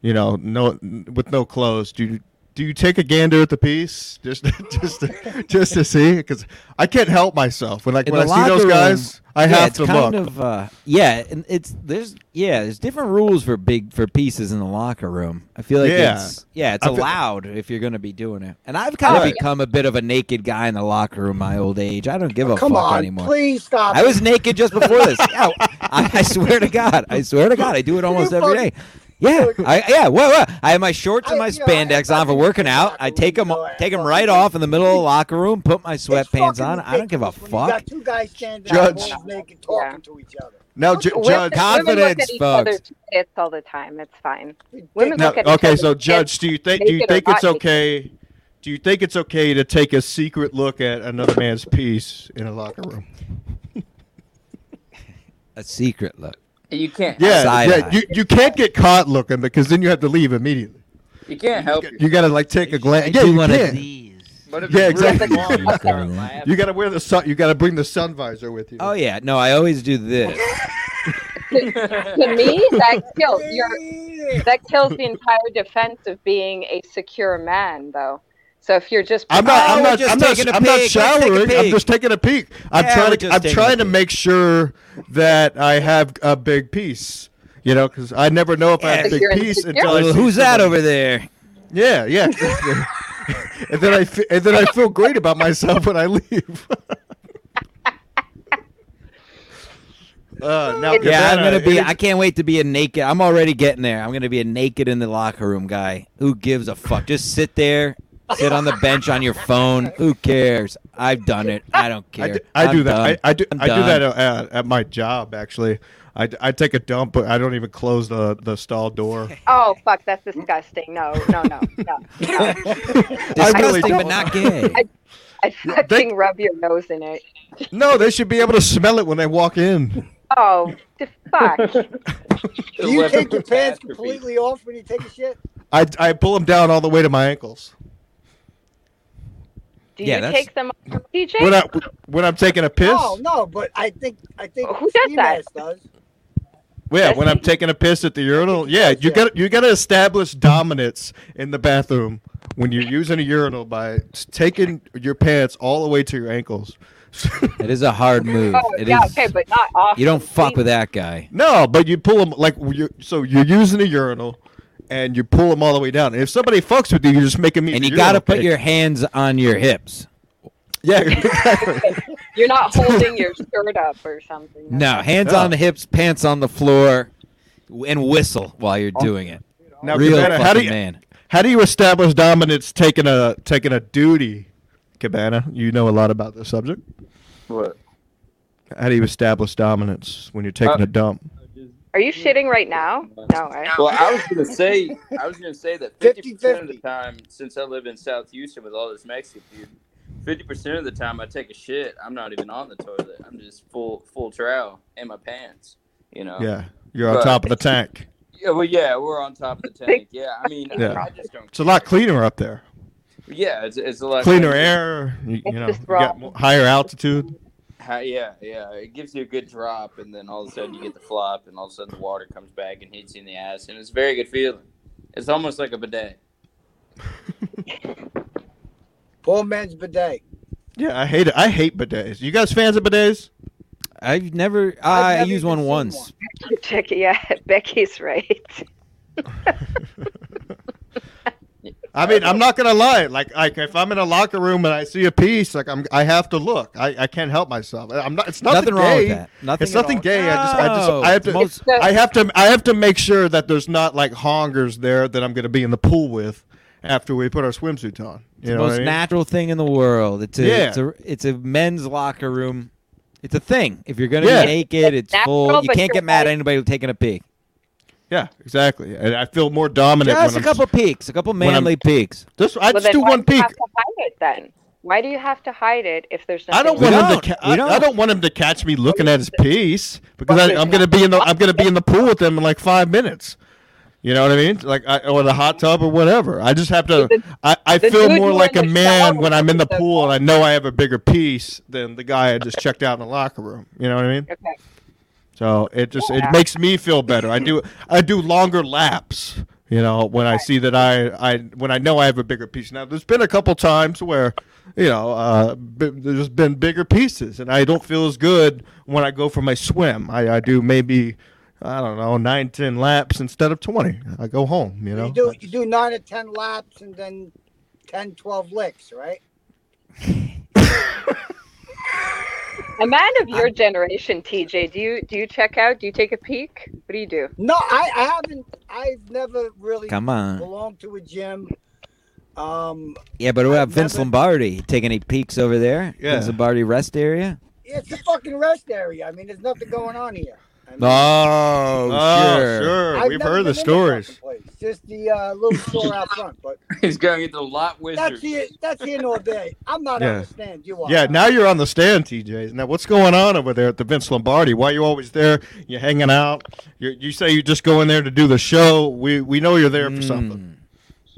[SPEAKER 7] you know, no with no clothes, do you do you take a gander at the piece just [laughs] just to, just to see? Because I can't help myself when like
[SPEAKER 1] In
[SPEAKER 7] when I
[SPEAKER 1] the
[SPEAKER 7] see those
[SPEAKER 1] locker
[SPEAKER 7] guys,
[SPEAKER 1] room,
[SPEAKER 7] I
[SPEAKER 1] yeah,
[SPEAKER 7] have
[SPEAKER 1] it's
[SPEAKER 7] to
[SPEAKER 1] kind
[SPEAKER 7] look.
[SPEAKER 1] Of, uh, yeah, and it's there's yeah, there's different rules for big for pieces in the locker room. I feel like
[SPEAKER 7] Yeah.
[SPEAKER 1] it's yeah, it's
[SPEAKER 7] I feel-
[SPEAKER 1] allowed if you're going to be doing it. And I've kind of
[SPEAKER 7] Right.
[SPEAKER 1] become a bit of a naked guy in the locker room. My old age, I don't give a
[SPEAKER 9] Oh, Come
[SPEAKER 1] fuck
[SPEAKER 9] on,
[SPEAKER 1] anymore.
[SPEAKER 9] please stop.
[SPEAKER 1] I was naked just before this. Yeah, I, I swear to God, I swear to God, I do it almost every
[SPEAKER 9] fucking-
[SPEAKER 1] day. Yeah, I, yeah. Whoa, whoa. I have my shorts and
[SPEAKER 9] I-
[SPEAKER 1] my
[SPEAKER 9] you know, I
[SPEAKER 1] spandex on for
[SPEAKER 9] fucking
[SPEAKER 1] working out.
[SPEAKER 9] locker
[SPEAKER 1] I
[SPEAKER 9] room,
[SPEAKER 1] take them,
[SPEAKER 9] so I
[SPEAKER 1] take them
[SPEAKER 9] fucking
[SPEAKER 1] right
[SPEAKER 9] think-
[SPEAKER 1] off in the middle of the locker room. Put my
[SPEAKER 9] It's
[SPEAKER 1] sweatpants
[SPEAKER 9] fucking
[SPEAKER 1] on. I don't give a
[SPEAKER 9] ridiculous when You
[SPEAKER 1] fuck.
[SPEAKER 9] got two guys standing
[SPEAKER 7] Judge.
[SPEAKER 9] out balls naked talking to each other.
[SPEAKER 7] Now, Ju-
[SPEAKER 8] Women-
[SPEAKER 7] Judge,
[SPEAKER 8] women look at
[SPEAKER 1] Oh, confidence,
[SPEAKER 8] each
[SPEAKER 1] folks.
[SPEAKER 8] other's tits all the time. It's fine.
[SPEAKER 9] Ridiculous.
[SPEAKER 8] Women
[SPEAKER 7] now,
[SPEAKER 8] look at each
[SPEAKER 7] okay,
[SPEAKER 8] other's
[SPEAKER 7] so
[SPEAKER 8] tits,
[SPEAKER 7] Judge, do you think do you
[SPEAKER 8] naked or
[SPEAKER 7] think it's
[SPEAKER 8] not naked.
[SPEAKER 7] okay? Do you think it's okay to take a secret look at another man's piece in a locker room?
[SPEAKER 1] A secret look.
[SPEAKER 2] You can't.
[SPEAKER 7] Yeah,
[SPEAKER 1] Side
[SPEAKER 7] yeah.
[SPEAKER 1] eye.
[SPEAKER 7] You, you can't get caught looking because then you have to leave immediately.
[SPEAKER 2] You can't help it.
[SPEAKER 7] You gotta like take a glance. Yeah,
[SPEAKER 1] do
[SPEAKER 7] you
[SPEAKER 1] one of
[SPEAKER 7] can't.
[SPEAKER 1] these.
[SPEAKER 2] But if
[SPEAKER 7] Yeah,
[SPEAKER 2] it's really
[SPEAKER 7] exactly.
[SPEAKER 2] long, I'll start laughing.
[SPEAKER 7] You gotta wear the sun. You gotta bring the sun visor with you.
[SPEAKER 1] Oh yeah, no, I always do
[SPEAKER 7] [laughs]
[SPEAKER 1] this.
[SPEAKER 8] [laughs] to me, that kills your that kills the entire defense of being a secure man, though. So if you're just
[SPEAKER 7] I'm not.
[SPEAKER 1] Oh,
[SPEAKER 7] I'm
[SPEAKER 1] we're
[SPEAKER 7] not.
[SPEAKER 1] just
[SPEAKER 7] I'm not.
[SPEAKER 1] taking a
[SPEAKER 7] I'm not
[SPEAKER 1] peek. Let's take a
[SPEAKER 7] showering. I'm
[SPEAKER 1] peek.
[SPEAKER 7] just taking a peek. I'm
[SPEAKER 1] Yeah, we're
[SPEAKER 7] trying
[SPEAKER 1] just
[SPEAKER 7] to. I'm
[SPEAKER 1] taking a
[SPEAKER 7] trying to
[SPEAKER 1] peek.
[SPEAKER 7] make sure that I have a big piece. You know, because I never know if I have a
[SPEAKER 8] Yeah,
[SPEAKER 7] big
[SPEAKER 8] you're
[SPEAKER 7] piece
[SPEAKER 8] insecure.
[SPEAKER 7] until Oh, I
[SPEAKER 1] Well,
[SPEAKER 7] see
[SPEAKER 1] who's that
[SPEAKER 7] someone-
[SPEAKER 1] over there? [laughs]
[SPEAKER 7] Yeah, yeah. and then I. Fe- and then I feel great about myself when I leave. [laughs] Uh,
[SPEAKER 1] Yeah,
[SPEAKER 7] now
[SPEAKER 1] I'm
[SPEAKER 7] Cabana,
[SPEAKER 1] gonna be.
[SPEAKER 7] it is-
[SPEAKER 1] I can't wait to be a naked. I'm already getting there. I'm gonna be a naked in the locker room guy. Who gives a fuck? Just sit there, sit on the bench on your phone. Who cares? I've done it. I don't
[SPEAKER 7] I
[SPEAKER 1] care.
[SPEAKER 7] d- I
[SPEAKER 1] I'm
[SPEAKER 7] do that.
[SPEAKER 1] done.
[SPEAKER 7] I, I do.
[SPEAKER 1] I'm
[SPEAKER 7] I do
[SPEAKER 1] done.
[SPEAKER 7] that at, at my job. Actually, I, d- I take a dump, but I don't even close the, the stall door. [laughs]
[SPEAKER 8] oh fuck, that's disgusting. No, no, no, no. no.
[SPEAKER 1] Disgusting,
[SPEAKER 7] really
[SPEAKER 1] but
[SPEAKER 7] don't.
[SPEAKER 1] not
[SPEAKER 7] [laughs]
[SPEAKER 1] gay.
[SPEAKER 8] I'd fucking rub your nose in it.
[SPEAKER 7] No, they should be able to smell it when they walk in.
[SPEAKER 8] Oh, the fuck.
[SPEAKER 9] Do you take your pants completely off when you take a shit?
[SPEAKER 7] I, I pull them down all the way to my ankles
[SPEAKER 8] Do
[SPEAKER 1] Yeah,
[SPEAKER 8] you
[SPEAKER 1] that's-
[SPEAKER 8] take them off, DJ?
[SPEAKER 7] when I when I'm taking a piss.
[SPEAKER 9] No, no, but I think I think
[SPEAKER 8] Who does
[SPEAKER 9] Steve
[SPEAKER 8] that?
[SPEAKER 9] Ash does.
[SPEAKER 7] Yeah, when I'm taking a piss at the urinal. Yeah, you got you got to establish dominance in the bathroom when you're using a urinal by s- taking your pants all the way to your ankles.
[SPEAKER 1] It is a hard move.
[SPEAKER 8] oh,
[SPEAKER 1] It
[SPEAKER 8] yeah,
[SPEAKER 1] is-
[SPEAKER 8] okay, but not off.
[SPEAKER 1] you don't fuck with that guy.
[SPEAKER 7] No, but you pull them like you. So you're using a urinal, and you pull them all the way down. And if somebody fucks with you, you're just making me.
[SPEAKER 1] And
[SPEAKER 7] the
[SPEAKER 1] you gotta
[SPEAKER 7] urinal
[SPEAKER 1] put
[SPEAKER 7] cake.
[SPEAKER 1] your hands on your hips.
[SPEAKER 7] yeah. [laughs]
[SPEAKER 8] [laughs]
[SPEAKER 1] [laughs]
[SPEAKER 8] You're not holding your shirt up or something.
[SPEAKER 1] No, hands
[SPEAKER 7] No.
[SPEAKER 1] on the hips, pants on the floor, and whistle while you're doing it.
[SPEAKER 7] Oh, now,
[SPEAKER 1] Real
[SPEAKER 7] Cabana,
[SPEAKER 1] fucking
[SPEAKER 7] how do you
[SPEAKER 1] man.
[SPEAKER 7] how do you establish dominance taking a taking a duty, Cabana? You know a lot about this subject.
[SPEAKER 2] What?
[SPEAKER 7] How do you establish dominance when you're taking
[SPEAKER 2] Uh,
[SPEAKER 7] a dump?
[SPEAKER 8] Are you shitting right now? No, right? [laughs]
[SPEAKER 2] Well, I was gonna say, I was gonna say that fifty percent of the
[SPEAKER 9] 50-50.
[SPEAKER 2] time, since I live in South Houston with all this Mexican food, fifty percent of the time I take a shit. I'm not even on the toilet. I'm just full full trowel in my pants. You know.
[SPEAKER 7] Yeah, you're on
[SPEAKER 2] Right.
[SPEAKER 7] top of the tank.
[SPEAKER 2] Yeah, well, yeah, we're on top of the tank. Yeah, I mean,
[SPEAKER 7] Yeah.
[SPEAKER 2] I, I just don't.
[SPEAKER 7] It's a lot cleaner up there.
[SPEAKER 2] Yeah, it's, it's a lot
[SPEAKER 7] Cleaner air. You, you
[SPEAKER 8] It's
[SPEAKER 7] know,
[SPEAKER 8] just
[SPEAKER 7] you got
[SPEAKER 8] raw.
[SPEAKER 7] mo- higher altitude.
[SPEAKER 2] Hi- yeah, yeah. It gives you a good drop, and then all of a sudden you get the flop, and all of a sudden the water comes back and hits you in the ass, and it's a very good feeling. It's almost like a bidet. [laughs]
[SPEAKER 9] Poor man's bidet.
[SPEAKER 7] Yeah, I hate it. I hate bidets. You guys fans of
[SPEAKER 8] [laughs]
[SPEAKER 7] bidets?
[SPEAKER 1] I've never.
[SPEAKER 9] I've
[SPEAKER 1] I
[SPEAKER 9] never
[SPEAKER 1] used
[SPEAKER 9] even
[SPEAKER 1] one
[SPEAKER 9] seen
[SPEAKER 1] once.
[SPEAKER 9] one.
[SPEAKER 8] Check it. Yeah, Becky's right.
[SPEAKER 7] I mean, I'm not gonna lie. Like, like if I'm in a locker room and I see a piece, like I'm, I have to look. I, I can't help myself. I'm not. It's nothing,
[SPEAKER 1] Nothing wrong with
[SPEAKER 7] gay.
[SPEAKER 1] that. Nothing
[SPEAKER 7] it's
[SPEAKER 1] at
[SPEAKER 7] nothing
[SPEAKER 1] all.
[SPEAKER 7] gay. I just, I just,
[SPEAKER 1] No,
[SPEAKER 7] I have
[SPEAKER 1] it's
[SPEAKER 7] to.
[SPEAKER 1] most-
[SPEAKER 8] So-
[SPEAKER 7] I have to. I have to make sure that there's not like hongers there that I'm gonna be in the pool with after we put our swimsuit on. You know
[SPEAKER 1] most
[SPEAKER 7] what I mean?
[SPEAKER 1] natural thing in the world. It's a,
[SPEAKER 7] Yeah.
[SPEAKER 1] it's a it's a men's locker room. It's a thing. If you're gonna
[SPEAKER 7] Yeah.
[SPEAKER 1] be naked, it's
[SPEAKER 8] Natural,
[SPEAKER 1] full. You
[SPEAKER 8] but
[SPEAKER 1] can't
[SPEAKER 8] you're
[SPEAKER 1] get mad at
[SPEAKER 8] right.
[SPEAKER 1] anybody who's taking a peek.
[SPEAKER 7] yeah, exactly. And I feel more dominant.
[SPEAKER 1] Just a
[SPEAKER 7] when
[SPEAKER 1] couple
[SPEAKER 7] I'm,
[SPEAKER 1] peeks, a couple
[SPEAKER 7] when I'm-
[SPEAKER 1] manly peeks.
[SPEAKER 7] Just, I
[SPEAKER 8] Well,
[SPEAKER 7] just
[SPEAKER 8] then
[SPEAKER 7] do
[SPEAKER 8] why
[SPEAKER 7] one
[SPEAKER 8] do you
[SPEAKER 7] peek.
[SPEAKER 8] have to hide it then? Why do you have to hide it if there's nothing?
[SPEAKER 7] I don't
[SPEAKER 1] We
[SPEAKER 7] want
[SPEAKER 8] wrong?
[SPEAKER 7] him to.
[SPEAKER 1] don't.
[SPEAKER 7] Ca-
[SPEAKER 1] We
[SPEAKER 7] I,
[SPEAKER 1] don't.
[SPEAKER 7] I don't want him to catch me looking at his piece because I,
[SPEAKER 8] Fucking
[SPEAKER 7] I'm gonna be in the. I'm gonna be in the pool with him in like five minutes. You know what I mean? Like I, or the hot tub or whatever. I just have to.
[SPEAKER 8] The-
[SPEAKER 7] I, I
[SPEAKER 8] the
[SPEAKER 7] feel
[SPEAKER 8] dude
[SPEAKER 7] more
[SPEAKER 8] you
[SPEAKER 7] like a
[SPEAKER 8] were in the
[SPEAKER 7] man
[SPEAKER 8] shower
[SPEAKER 7] when I'm in the
[SPEAKER 8] with, uh,
[SPEAKER 7] pool and I know I have a bigger piece than the guy I just checked out in the locker room. You know what I mean?
[SPEAKER 8] Okay.
[SPEAKER 7] So it just it
[SPEAKER 8] Yeah.
[SPEAKER 7] makes me feel better. I do I do longer laps. You know, when I see that I, I when I know I have a bigger piece. Now, there's been a couple times where, you know, uh, b- there's been bigger pieces, and I don't feel as good when I go for my swim. I, I do maybe, I don't know, nine, ten laps instead of twenty. I go home. You know,
[SPEAKER 9] You do you do nine or ten laps and then 10, 12 licks, right?
[SPEAKER 8] A man of your generation, TJ, do you do you check out? Do you take a peek? What do you do?
[SPEAKER 9] No, I, I haven't. I've never really
[SPEAKER 1] Come on.
[SPEAKER 9] belonged to a gym. Um,
[SPEAKER 1] Yeah, but what about Vince
[SPEAKER 9] Never-
[SPEAKER 1] Lombardi? Take any peeks over there?
[SPEAKER 7] Yeah.
[SPEAKER 1] Vince Lombardi rest area?
[SPEAKER 9] it's a fucking rest area. I mean, there's nothing going on here. I mean,
[SPEAKER 1] Oh,
[SPEAKER 7] Oh,
[SPEAKER 9] I've
[SPEAKER 7] We've
[SPEAKER 9] never
[SPEAKER 7] heard the
[SPEAKER 9] been in that fucking
[SPEAKER 7] stories.
[SPEAKER 9] place. Just the uh, little store out front, but
[SPEAKER 2] He's going to get the lot
[SPEAKER 9] that's
[SPEAKER 2] wizard.
[SPEAKER 9] here. That's here nor there. I'm not
[SPEAKER 7] Yeah.
[SPEAKER 9] on the stand. You are.
[SPEAKER 7] Yeah, now you're on the stand, TJ. Now, what's going on over there at the Vince Lombardi? Why are you always there? You're hanging out. you you say you just go in there to do the show. We we know you're there for something.
[SPEAKER 1] Mm.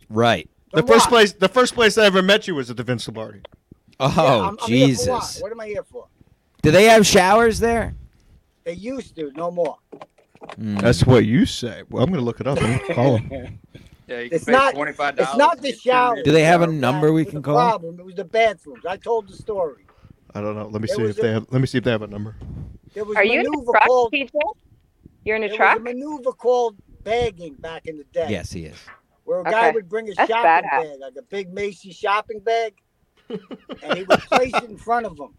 [SPEAKER 1] Right.
[SPEAKER 7] The,
[SPEAKER 9] The
[SPEAKER 7] first
[SPEAKER 9] Rock.
[SPEAKER 7] place, the first place I ever met you was at the Vince Lombardi.
[SPEAKER 1] Oh,
[SPEAKER 9] Yeah, I'm- I'm here for what?
[SPEAKER 1] Jesus.
[SPEAKER 9] What am I here for?
[SPEAKER 1] Do they have showers there?
[SPEAKER 9] They used to, no more.
[SPEAKER 1] Mm.
[SPEAKER 7] That's what you say. Well, I'm going to look it up and [laughs] call him.
[SPEAKER 2] Yeah, you
[SPEAKER 9] It's
[SPEAKER 2] can pay
[SPEAKER 9] not-
[SPEAKER 2] $25.
[SPEAKER 9] It's not the
[SPEAKER 2] It's two minutes.
[SPEAKER 9] shower.
[SPEAKER 1] Do they have a
[SPEAKER 9] That
[SPEAKER 1] number we
[SPEAKER 9] was
[SPEAKER 1] can
[SPEAKER 9] the
[SPEAKER 1] call?
[SPEAKER 9] Problem. It was the bathrooms. I told the story.
[SPEAKER 7] I don't know. Let me
[SPEAKER 9] It
[SPEAKER 7] see
[SPEAKER 9] was
[SPEAKER 7] if they
[SPEAKER 9] a-
[SPEAKER 7] have. Let me see if they have a number.
[SPEAKER 9] There was
[SPEAKER 8] Are
[SPEAKER 9] a
[SPEAKER 8] you in
[SPEAKER 9] maneuver
[SPEAKER 8] a truck,
[SPEAKER 9] called.
[SPEAKER 8] TJ? You're in a
[SPEAKER 9] there
[SPEAKER 8] truck? [laughs]
[SPEAKER 9] was a maneuver called bagging back in the day.
[SPEAKER 1] Yes, he is.
[SPEAKER 9] Where a guy
[SPEAKER 8] Okay.
[SPEAKER 9] would bring a
[SPEAKER 8] That's
[SPEAKER 9] shopping
[SPEAKER 8] badass.
[SPEAKER 9] bag, like a big Macy shopping bag, and he would place it in front
[SPEAKER 8] [laughs]
[SPEAKER 9] of him.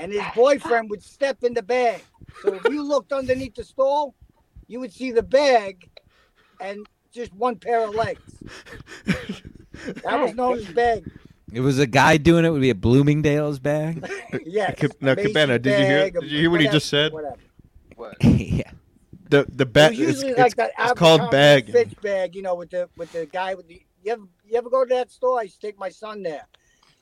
[SPEAKER 9] And his boyfriend would step in the bag. So if you looked underneath the stall, you would see the bag and just one pair of legs. That was known
[SPEAKER 8] [laughs]
[SPEAKER 9] as bag.
[SPEAKER 1] It was a guy doing it. Would be a Bloomingdale's bag. [laughs]
[SPEAKER 9] Yes.
[SPEAKER 7] Ca- now,
[SPEAKER 9] a Macy
[SPEAKER 7] Cabana, did you hear-
[SPEAKER 9] bag, a-
[SPEAKER 7] did you hear what he
[SPEAKER 9] whatever,
[SPEAKER 7] just said?
[SPEAKER 9] Whatever.
[SPEAKER 2] What?
[SPEAKER 1] yeah.
[SPEAKER 7] The the
[SPEAKER 9] It
[SPEAKER 7] bat.
[SPEAKER 9] was
[SPEAKER 7] It's,
[SPEAKER 9] usually
[SPEAKER 7] it's-
[SPEAKER 9] like that
[SPEAKER 7] it's called bagging.
[SPEAKER 9] Fitch bag, you know, with the with the guy with the you ever you ever go to that store? I used to take my son there.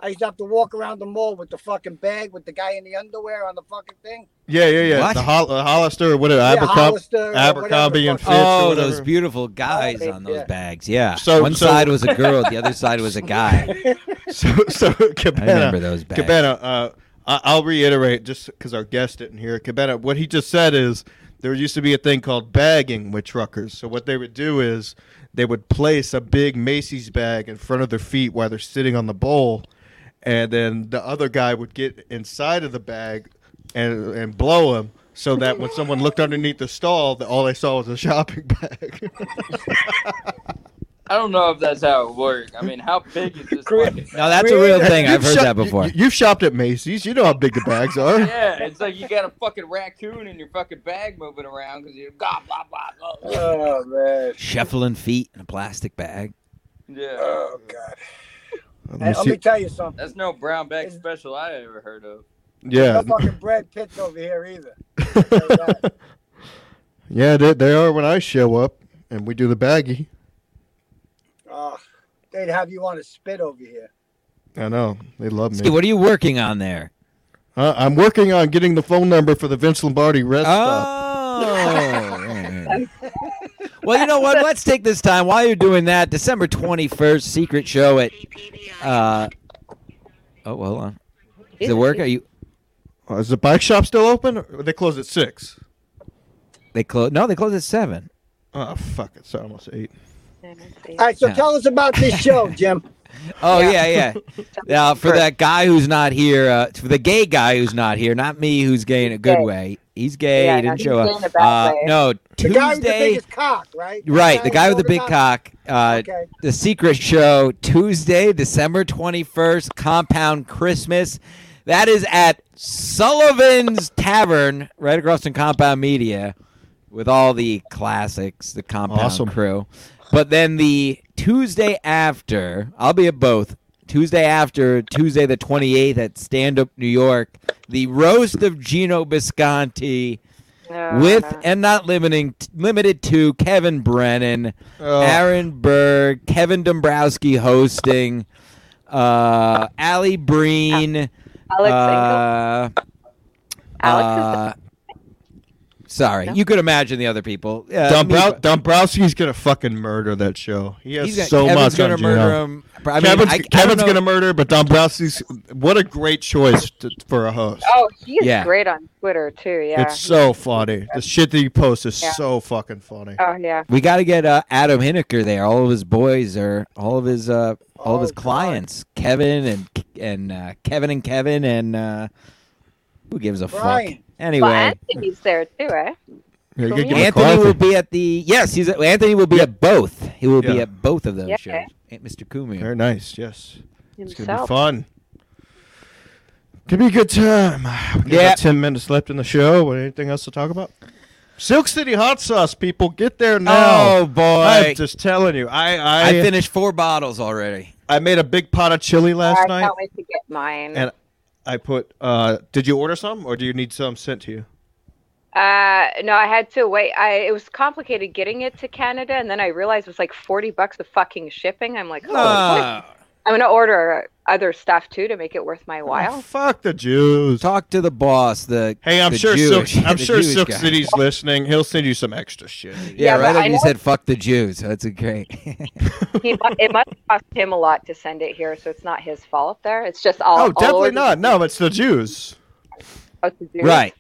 [SPEAKER 9] I used to have to walk around the mall with the fucking bag with the guy in the underwear on the fucking thing.
[SPEAKER 7] yeah, yeah, yeah.
[SPEAKER 1] What?
[SPEAKER 7] The Hol- uh, Hollister or whatever.
[SPEAKER 9] Yeah,
[SPEAKER 7] Abercrombie.
[SPEAKER 9] Hollister or
[SPEAKER 7] Abercrombie
[SPEAKER 9] whatever
[SPEAKER 7] and
[SPEAKER 9] the
[SPEAKER 7] Fitch
[SPEAKER 9] fuck-
[SPEAKER 7] or
[SPEAKER 1] Oh,
[SPEAKER 7] whatever.
[SPEAKER 1] those beautiful guys
[SPEAKER 9] they-
[SPEAKER 1] on those
[SPEAKER 9] yeah.
[SPEAKER 1] bags. Yeah.
[SPEAKER 7] So-
[SPEAKER 1] One
[SPEAKER 7] so-
[SPEAKER 1] side was a girl, the other side was a
[SPEAKER 7] [laughs]
[SPEAKER 1] guy.
[SPEAKER 7] [laughs] So so
[SPEAKER 1] I
[SPEAKER 7] Cabana.
[SPEAKER 1] remember those bags.
[SPEAKER 7] Cabana, uh, I- I'll reiterate just because our guest didn't hear. it. Cabana, what he just said is there used to be a thing called bagging with truckers. So what they would do is they would place a big Macy's bag in front of their feet while they're sitting on the bowl, and then the other guy would get inside of the bag and and blow him. So that when someone looked underneath the stall, that all they saw was a shopping [laughs] bag.
[SPEAKER 2] I don't know if that's how it works. I mean, how big is this?
[SPEAKER 9] Chris-
[SPEAKER 2] fucking-
[SPEAKER 1] Now that's a real thing. I've
[SPEAKER 7] You've
[SPEAKER 1] heard
[SPEAKER 7] shop-
[SPEAKER 1] that before.
[SPEAKER 7] You, have shopped at Macy's. You know how big the bags are.
[SPEAKER 2] Yeah, it's like you got a fucking raccoon in your fucking bag moving around because you're blah blah blah.
[SPEAKER 9] [laughs] [laughs]
[SPEAKER 2] blah.
[SPEAKER 9] Oh man.
[SPEAKER 1] Shuffling feet in a plastic bag.
[SPEAKER 2] Yeah,
[SPEAKER 9] Oh god.
[SPEAKER 7] Let me
[SPEAKER 9] And let
[SPEAKER 7] see-
[SPEAKER 9] me tell you something.
[SPEAKER 2] that's no brown bag special I ever heard of.
[SPEAKER 7] yeah.
[SPEAKER 9] No fucking Brad Pitt's over here either. I'll tell you that.
[SPEAKER 7] Yeah, they, they are when I show up and we do the baggie.
[SPEAKER 9] Oh, they'd have you on a spit over here.
[SPEAKER 7] I know they love
[SPEAKER 1] Ski,
[SPEAKER 7] me.
[SPEAKER 1] what are you working on there?
[SPEAKER 7] Uh, I'm working on getting the phone number for the Vince Lombardi rest
[SPEAKER 1] Ah.
[SPEAKER 7] stop.
[SPEAKER 1] Oh. [laughs] well, you know what? Let's take this time while you're doing that. December 21st, secret show at. Uh, oh, hold on. Is it work? Are you?
[SPEAKER 7] Uh, is the bike shop still open? Or they close at six.
[SPEAKER 1] They close. No, they close at seven.
[SPEAKER 7] Oh fuck! It's almost eight.
[SPEAKER 9] All right, so
[SPEAKER 1] Yeah.
[SPEAKER 9] tell us about this show, Jim.
[SPEAKER 1] Oh yeah,
[SPEAKER 8] [laughs]
[SPEAKER 1] yeah. Now for that guy who's not here, uh, for the gay guy who's not here, not me, who's gay in a good
[SPEAKER 8] Gay.
[SPEAKER 1] way. He's gay.
[SPEAKER 8] Yeah,
[SPEAKER 1] he
[SPEAKER 8] no,
[SPEAKER 1] didn't
[SPEAKER 8] he's
[SPEAKER 1] show
[SPEAKER 8] gay
[SPEAKER 1] up.
[SPEAKER 8] in a bad
[SPEAKER 1] uh,
[SPEAKER 8] way.
[SPEAKER 1] no,
[SPEAKER 9] The guy with the
[SPEAKER 1] Tuesday.
[SPEAKER 9] biggest cock, right?
[SPEAKER 1] Right, the guy with the
[SPEAKER 9] who
[SPEAKER 1] big
[SPEAKER 9] wrote about-
[SPEAKER 1] cock. Uh,
[SPEAKER 9] Okay.
[SPEAKER 1] The Secret Show, Tuesday, December 21st, Compound Christmas. That is at Sullivan's Tavern, right across from Compound Media, with all the classics, the Compound
[SPEAKER 7] Awesome.
[SPEAKER 1] crew. But then the Tuesday after, I'll be at both. Tuesday after, Tuesday the 28th at Stand Up New York, the roast of Gino Bisconti
[SPEAKER 8] No,
[SPEAKER 1] with
[SPEAKER 8] no.
[SPEAKER 1] and not limiting limited to Kevin Brennan,
[SPEAKER 7] Oh.
[SPEAKER 1] Aaron Berg, Kevin Dombrowski hosting, uh, Ali Breen,
[SPEAKER 7] uh,
[SPEAKER 8] Alex Engel.
[SPEAKER 1] uh,
[SPEAKER 8] Alex is
[SPEAKER 1] uh, Sorry,
[SPEAKER 8] No.
[SPEAKER 1] you could imagine the other people. Uh, Yeah,
[SPEAKER 7] Dombrou- Dombrowski's gonna fucking murder that show. He has
[SPEAKER 1] he's gonna,
[SPEAKER 7] so
[SPEAKER 1] Kevin's
[SPEAKER 7] much
[SPEAKER 1] gonna
[SPEAKER 7] on
[SPEAKER 1] murder
[SPEAKER 7] Gino.
[SPEAKER 1] him. I mean,
[SPEAKER 7] Kevin's,
[SPEAKER 1] I- I don't
[SPEAKER 7] Kevin's
[SPEAKER 1] know-
[SPEAKER 7] gonna murder, but Dombrowski's what a great choice to, for a host.
[SPEAKER 8] [laughs] Oh, he's
[SPEAKER 1] Yeah.
[SPEAKER 8] great on Twitter too. Yeah.
[SPEAKER 7] It's so funny. The shit that he posts is
[SPEAKER 8] Yeah.
[SPEAKER 7] so fucking funny.
[SPEAKER 8] oh yeah.
[SPEAKER 1] We got to get uh, Adam Hinneker there. All of his boys are all of his uh, all of his
[SPEAKER 9] Oh, God.
[SPEAKER 1] clients, Kevin and and uh, Kevin and Kevin and uh, who gives a fuck
[SPEAKER 9] Brian.
[SPEAKER 1] anyway.
[SPEAKER 8] Well, Anthony's there too, eh?
[SPEAKER 7] Yeah, you
[SPEAKER 8] cool.
[SPEAKER 7] could give him
[SPEAKER 1] Anthony will
[SPEAKER 7] coffee.
[SPEAKER 1] be at the yes. He's at, Anthony will be at both. He will be
[SPEAKER 7] Yeah.
[SPEAKER 1] at both of those
[SPEAKER 8] Yeah.
[SPEAKER 1] shows. And Mr. Kumia.
[SPEAKER 7] Very nice. Yes, it's gonna be
[SPEAKER 8] Himself.
[SPEAKER 7] fun. Could be a good time. [sighs] We got
[SPEAKER 1] Yeah.
[SPEAKER 7] about ten minutes left in the show. What, anything else to talk about? Silk City Hot Sauce, people, get there now.
[SPEAKER 1] Oh boy!
[SPEAKER 7] I'm just telling you. I I,
[SPEAKER 1] I finished four bottles already.
[SPEAKER 7] I made a big pot of chili last
[SPEAKER 8] I
[SPEAKER 7] night.
[SPEAKER 8] can't wait to get mine.
[SPEAKER 7] And- I put. uh Did you order some, or do you need some sent to you?
[SPEAKER 8] Uh, no, I had to wait. I it was complicated getting it to Canada, and then I realized it was like forty bucks of fucking shipping. I'm like, oh,
[SPEAKER 1] Ah,
[SPEAKER 8] I'm gonna order other stuff too to make it worth
[SPEAKER 7] Oh.
[SPEAKER 8] my
[SPEAKER 7] [laughs]
[SPEAKER 8] while.
[SPEAKER 7] Fuck the Jews.
[SPEAKER 1] talk to the boss. The
[SPEAKER 7] Hey, I'm
[SPEAKER 1] the
[SPEAKER 7] sure
[SPEAKER 1] Jewish, [laughs]
[SPEAKER 7] Silk, I'm
[SPEAKER 1] the
[SPEAKER 7] sure
[SPEAKER 1] Jewish
[SPEAKER 7] Silk
[SPEAKER 1] guy.
[SPEAKER 7] City's listening. He'll send you some extra shit.
[SPEAKER 1] Yeah,
[SPEAKER 8] Yeah, but
[SPEAKER 1] right.
[SPEAKER 8] I
[SPEAKER 1] After you
[SPEAKER 8] know-
[SPEAKER 1] said "fuck the Jews," that's a
[SPEAKER 8] [laughs]
[SPEAKER 1] great.
[SPEAKER 8] He, mu- it must cost him a lot to send it here, so it's not his fault. There, it's just all.
[SPEAKER 7] Oh,
[SPEAKER 8] all
[SPEAKER 7] definitely
[SPEAKER 8] ordered
[SPEAKER 7] not. No, it's the Jews.
[SPEAKER 8] out to do.
[SPEAKER 1] right.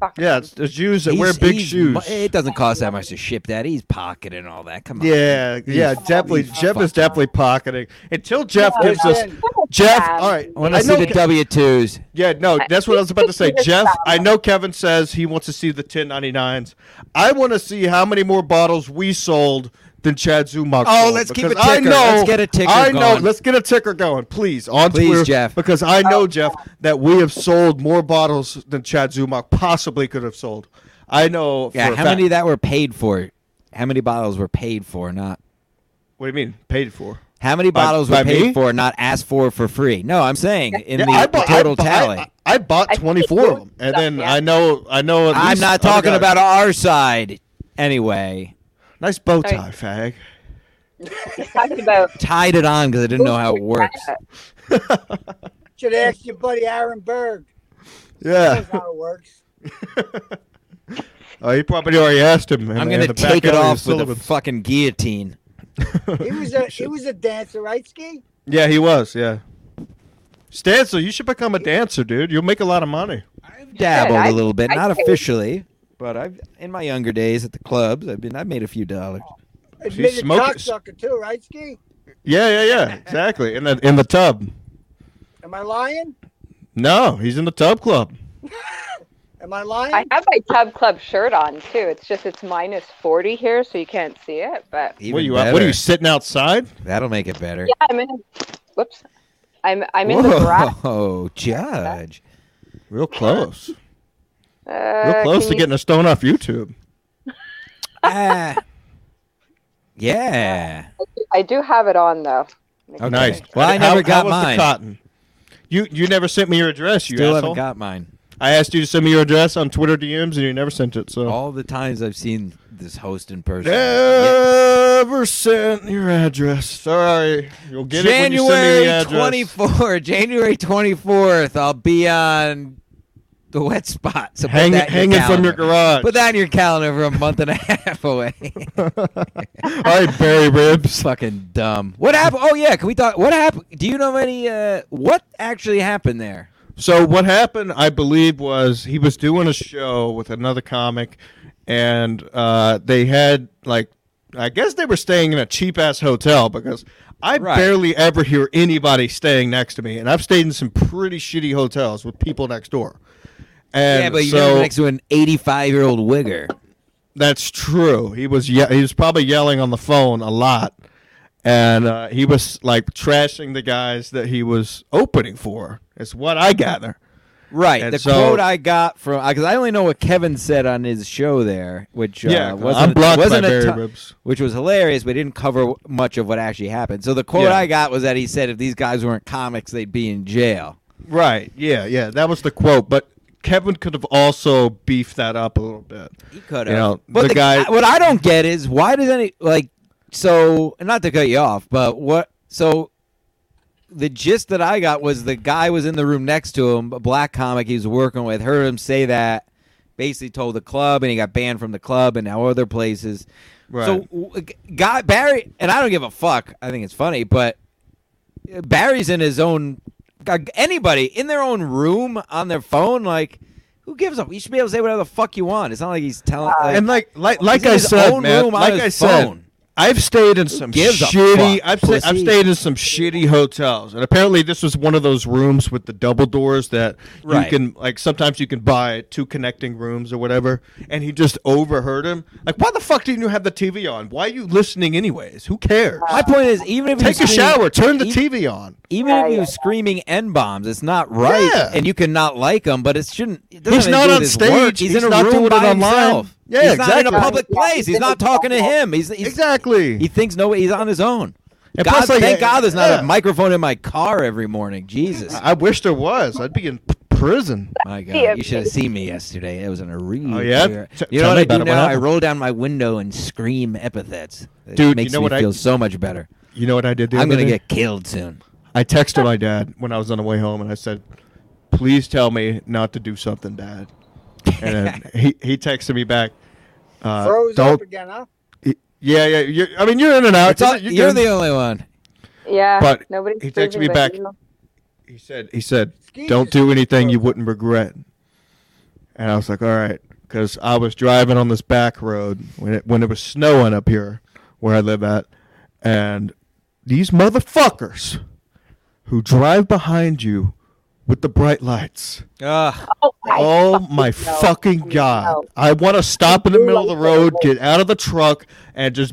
[SPEAKER 8] Fuck
[SPEAKER 7] Yeah, it's the Jews that wear big
[SPEAKER 1] he's-
[SPEAKER 7] shoes.
[SPEAKER 1] It doesn't cost that much to ship that. He's pocketing all that. Come on.
[SPEAKER 7] yeah, yeah, definitely.
[SPEAKER 1] He's
[SPEAKER 7] Jeff is
[SPEAKER 1] fucking-
[SPEAKER 7] definitely pocketing until Jeff gives us.
[SPEAKER 9] Listen,
[SPEAKER 7] Jeff,
[SPEAKER 8] Um,
[SPEAKER 7] all right.
[SPEAKER 1] I want to
[SPEAKER 7] I
[SPEAKER 1] see
[SPEAKER 7] know
[SPEAKER 1] the
[SPEAKER 7] Ke-
[SPEAKER 1] W twos.
[SPEAKER 7] Yeah, no, that's what I was about to say. Jeff, I know Kevin says he wants to see the 1099s. I want to see how many more bottles we sold than Chad Zumach.
[SPEAKER 1] Oh,
[SPEAKER 7] sold,
[SPEAKER 1] let's keep a
[SPEAKER 7] because I
[SPEAKER 1] ticker.
[SPEAKER 7] know-
[SPEAKER 1] Let's get a ticker
[SPEAKER 7] I know.
[SPEAKER 1] going.
[SPEAKER 7] Let's get a ticker going, please. On
[SPEAKER 1] Please,
[SPEAKER 7] Twitter,
[SPEAKER 1] Jeff.
[SPEAKER 7] because I know Jeff that we have sold more bottles than Chad Zumach possibly could have sold. I know.
[SPEAKER 1] Yeah.
[SPEAKER 7] for a
[SPEAKER 1] How
[SPEAKER 7] fact.
[SPEAKER 1] many that were paid for? How many bottles were paid for? Not.
[SPEAKER 7] What do you mean paid for?
[SPEAKER 1] How many
[SPEAKER 7] By-
[SPEAKER 1] bottles
[SPEAKER 7] by
[SPEAKER 1] were paid
[SPEAKER 7] me?
[SPEAKER 1] for? Not asked for for free. No, I'm saying in
[SPEAKER 7] Yeah,
[SPEAKER 1] the,
[SPEAKER 7] I
[SPEAKER 1] the
[SPEAKER 7] bought- I
[SPEAKER 1] total
[SPEAKER 7] bought- I-
[SPEAKER 1] tally.
[SPEAKER 7] I, I bought
[SPEAKER 8] think
[SPEAKER 7] twenty
[SPEAKER 8] you
[SPEAKER 7] four of
[SPEAKER 8] were
[SPEAKER 7] them, and
[SPEAKER 8] stuck,
[SPEAKER 7] then
[SPEAKER 8] yeah.
[SPEAKER 7] I know. I know. at
[SPEAKER 1] I'm
[SPEAKER 7] least
[SPEAKER 1] not
[SPEAKER 7] other
[SPEAKER 1] talking
[SPEAKER 7] guys-
[SPEAKER 1] about our side. Anyway,
[SPEAKER 7] nice bow
[SPEAKER 8] Sorry.
[SPEAKER 7] tie, [laughs] fag.
[SPEAKER 8] He's talking about. uh,
[SPEAKER 1] tied it on because I didn't know how it works.
[SPEAKER 9] should ask your buddy Aaron Berg. He
[SPEAKER 7] [laughs] Yeah.
[SPEAKER 9] knows how it works.
[SPEAKER 7] [laughs] Oh, you probably already asked him.
[SPEAKER 1] I'm gonna take it off with a fucking guillotine.
[SPEAKER 7] [laughs]
[SPEAKER 9] He was a he was a dancer, right, Ski?
[SPEAKER 7] yeah, he was. Yeah. Stancil, you should become a dancer, dude. You'll make a lot of money.
[SPEAKER 1] I've dabbled
[SPEAKER 8] I-
[SPEAKER 1] a little bit,
[SPEAKER 8] I
[SPEAKER 1] not
[SPEAKER 8] think-
[SPEAKER 1] officially, but I've in my younger days at the clubs, I've been I've made a few dollars.
[SPEAKER 9] Admitted
[SPEAKER 7] smoking-
[SPEAKER 9] cocksucker too, right, Ski?
[SPEAKER 7] Yeah, yeah, yeah. Exactly. In the in the tub.
[SPEAKER 9] Am I lying?
[SPEAKER 7] No, he's in the tub club.
[SPEAKER 9] Am I lying?
[SPEAKER 8] I have my Tub Club shirt on too. It's just it's minus forty here, so you can't see it. But
[SPEAKER 1] Even
[SPEAKER 7] what are you? What are
[SPEAKER 1] better.
[SPEAKER 7] you sitting outside?
[SPEAKER 1] That'll make it better.
[SPEAKER 8] yeah, I'm in. Whoops, I'm I'm in the garage.
[SPEAKER 1] Oh, [laughs] judge.
[SPEAKER 7] Real close.
[SPEAKER 8] Uh,
[SPEAKER 7] Real close
[SPEAKER 8] can
[SPEAKER 7] to
[SPEAKER 8] you-
[SPEAKER 7] getting a stone off YouTube.
[SPEAKER 8] [laughs]
[SPEAKER 1] Ah. yeah.
[SPEAKER 8] I do have it on though.
[SPEAKER 1] Okay.
[SPEAKER 7] Nice.
[SPEAKER 1] Well, I
[SPEAKER 7] How-
[SPEAKER 1] never
[SPEAKER 7] how
[SPEAKER 1] got
[SPEAKER 7] was the
[SPEAKER 1] mine.
[SPEAKER 7] cotton? You you never sent me your address. You
[SPEAKER 1] Still
[SPEAKER 7] asshole.
[SPEAKER 1] haven't got mine.
[SPEAKER 7] I asked you to send me your address on Twitter DMs, and you never sent it. So
[SPEAKER 1] All the times I've seen this host in person.
[SPEAKER 7] Never sent your address. Sorry. You'll get it when you
[SPEAKER 1] January
[SPEAKER 7] send me the address.
[SPEAKER 1] 24, [laughs] January 24th, I'll be on the wet spot. So put
[SPEAKER 7] Hang,
[SPEAKER 1] that in
[SPEAKER 7] hanging from
[SPEAKER 1] calendar.
[SPEAKER 7] your garage.
[SPEAKER 1] Put that in your calendar for a month and a [laughs] half away.
[SPEAKER 7] [laughs] All right, Barry Ribs.
[SPEAKER 1] Fucking dumb. What happened? Oh yeah, can we talk? What happened? Do you know any? Uh, what actually happened there?
[SPEAKER 7] So what happened, I believe, was he was doing a show with another comic, and uh, they had like, I guess they were staying in a cheap ass hotel because I
[SPEAKER 1] Right.
[SPEAKER 7] barely ever hear anybody staying next to me, and I've stayed in some pretty shitty hotels with people next door. And
[SPEAKER 1] yeah, but you
[SPEAKER 7] so,
[SPEAKER 1] were next to an 85 year old wigger.
[SPEAKER 7] That's true. He was ye- he was probably yelling on the phone a lot, and uh, he was like trashing the guys that he was opening for. Is what I gather.
[SPEAKER 1] Right.
[SPEAKER 7] And
[SPEAKER 1] the
[SPEAKER 7] so-
[SPEAKER 1] quote I got from because I only know what Kevin said on his show there, which uh,
[SPEAKER 7] yeah,
[SPEAKER 1] wasn't
[SPEAKER 7] I'm blocked by
[SPEAKER 1] wasn't a
[SPEAKER 7] Barry
[SPEAKER 1] ton-
[SPEAKER 7] Ribs.
[SPEAKER 1] which was hilarious. We didn't cover much of what actually happened. So the quote
[SPEAKER 7] Yeah.
[SPEAKER 1] I got was that he said if these guys weren't comics, they'd be in jail.
[SPEAKER 7] Right. Yeah. Yeah. That was the quote, but. Kevin could have also beefed that up a little bit.
[SPEAKER 1] He could have.
[SPEAKER 7] You know,
[SPEAKER 1] but
[SPEAKER 7] the guy-
[SPEAKER 1] What I don't get is why does any like so? and Not to cut you off, but what? So the gist that I got was the guy was in the room next to him, a black comic he was working with, heard him say that. basically told the club, and he got banned from the club and now other places.
[SPEAKER 7] Right.
[SPEAKER 1] So, w- God, Barry, and I don't give a fuck. I think it's funny, but Barry's in his own. God, Anybody in their own room on their phone, like, who gives up? You should be able to say whatever the fuck you want. It's not like he's telling.
[SPEAKER 8] Uh,
[SPEAKER 1] Like,
[SPEAKER 7] and like like like
[SPEAKER 1] He's in
[SPEAKER 7] I
[SPEAKER 1] his
[SPEAKER 7] said,
[SPEAKER 1] own
[SPEAKER 7] man,
[SPEAKER 1] room on
[SPEAKER 7] like
[SPEAKER 1] his
[SPEAKER 7] I said,
[SPEAKER 1] phone.
[SPEAKER 7] I've stayed in some
[SPEAKER 1] gives a
[SPEAKER 7] shitty.
[SPEAKER 1] fuck,
[SPEAKER 7] I've, sta- I've
[SPEAKER 1] pussy?
[SPEAKER 7] stayed in some shitty hotels, and apparently this was one of those rooms with the double doors that
[SPEAKER 1] Right.
[SPEAKER 7] you can like. Sometimes you can buy two connecting rooms or whatever. And he just overheard him. Like, why the fuck didn't you have the TV on? Why are you listening anyways? Who cares?
[SPEAKER 1] my point is, even if
[SPEAKER 7] Take
[SPEAKER 1] he's
[SPEAKER 7] a shower. Turn the
[SPEAKER 1] he-
[SPEAKER 7] TV on.
[SPEAKER 1] even
[SPEAKER 8] Yeah,
[SPEAKER 1] if he
[SPEAKER 8] yeah,
[SPEAKER 1] was screaming n bombs, it's not right,
[SPEAKER 7] Yeah.
[SPEAKER 1] and you can not like him. But it shouldn't. It doesn't
[SPEAKER 7] He's
[SPEAKER 1] have
[SPEAKER 7] not on
[SPEAKER 1] anything to do with his work.
[SPEAKER 7] stage.
[SPEAKER 1] He's,
[SPEAKER 7] He's
[SPEAKER 1] in a
[SPEAKER 7] not
[SPEAKER 1] room
[SPEAKER 7] doing it
[SPEAKER 1] by
[SPEAKER 7] online.
[SPEAKER 1] himself.
[SPEAKER 7] Yeah,
[SPEAKER 1] he's not in
[SPEAKER 7] exactly.
[SPEAKER 1] a public place. He's,
[SPEAKER 8] He's in
[SPEAKER 1] not
[SPEAKER 8] a
[SPEAKER 1] talking to
[SPEAKER 8] bubble.
[SPEAKER 1] him. He's, he's
[SPEAKER 7] Exactly.
[SPEAKER 1] He thinks no. He's on his own.
[SPEAKER 7] And
[SPEAKER 1] God,
[SPEAKER 7] plus, like,
[SPEAKER 1] thank
[SPEAKER 7] uh,
[SPEAKER 1] God there's not
[SPEAKER 7] yeah.
[SPEAKER 1] a microphone in my car every morning. Jesus,
[SPEAKER 7] I I wish there was. I'd be in p- prison.
[SPEAKER 1] my God,
[SPEAKER 8] Yeah.
[SPEAKER 1] you should have seen me yesterday. It was in a real.
[SPEAKER 7] Oh, yeah?
[SPEAKER 1] tear.
[SPEAKER 7] T-
[SPEAKER 1] you
[SPEAKER 7] tell
[SPEAKER 1] know what
[SPEAKER 7] me
[SPEAKER 1] I do
[SPEAKER 7] about it. What
[SPEAKER 1] now? I
[SPEAKER 7] happened?
[SPEAKER 1] roll down my window and scream epithets. It
[SPEAKER 7] Dude, you
[SPEAKER 1] makes
[SPEAKER 7] know
[SPEAKER 1] me
[SPEAKER 7] what I-
[SPEAKER 1] feel so much better.
[SPEAKER 7] You know what I did? The
[SPEAKER 1] I'm
[SPEAKER 7] other
[SPEAKER 1] gonna
[SPEAKER 7] day?
[SPEAKER 1] get killed soon.
[SPEAKER 7] I texted my dad when I was on the way home, and I said, "Please tell me not to do something bad."
[SPEAKER 1] [laughs]
[SPEAKER 7] And then he he texted me back. Uh,
[SPEAKER 9] Froze
[SPEAKER 7] don't.
[SPEAKER 9] up again, huh?
[SPEAKER 7] Yeah, yeah. You're, I mean, you're in and out.
[SPEAKER 1] It's all-
[SPEAKER 7] you're
[SPEAKER 1] you're
[SPEAKER 7] good.
[SPEAKER 1] the only one.
[SPEAKER 8] Yeah,
[SPEAKER 7] But
[SPEAKER 8] nobody's
[SPEAKER 7] he texted
[SPEAKER 8] freezing
[SPEAKER 7] me
[SPEAKER 8] but
[SPEAKER 7] back.
[SPEAKER 8] you.
[SPEAKER 7] He said. He said,
[SPEAKER 9] Ski
[SPEAKER 7] "Don't
[SPEAKER 9] is-
[SPEAKER 7] do anything you wouldn't regret." And I was like, "All right," because I was driving on this back road when it when it was snowing up here where I live at, and these motherfuckers who drive behind you with the bright lights.
[SPEAKER 1] Ugh.
[SPEAKER 8] Oh, I
[SPEAKER 7] oh my
[SPEAKER 8] know.
[SPEAKER 7] fucking
[SPEAKER 8] I
[SPEAKER 7] god!
[SPEAKER 8] know.
[SPEAKER 7] I want to stop in the middle of the road, get out of the truck, and just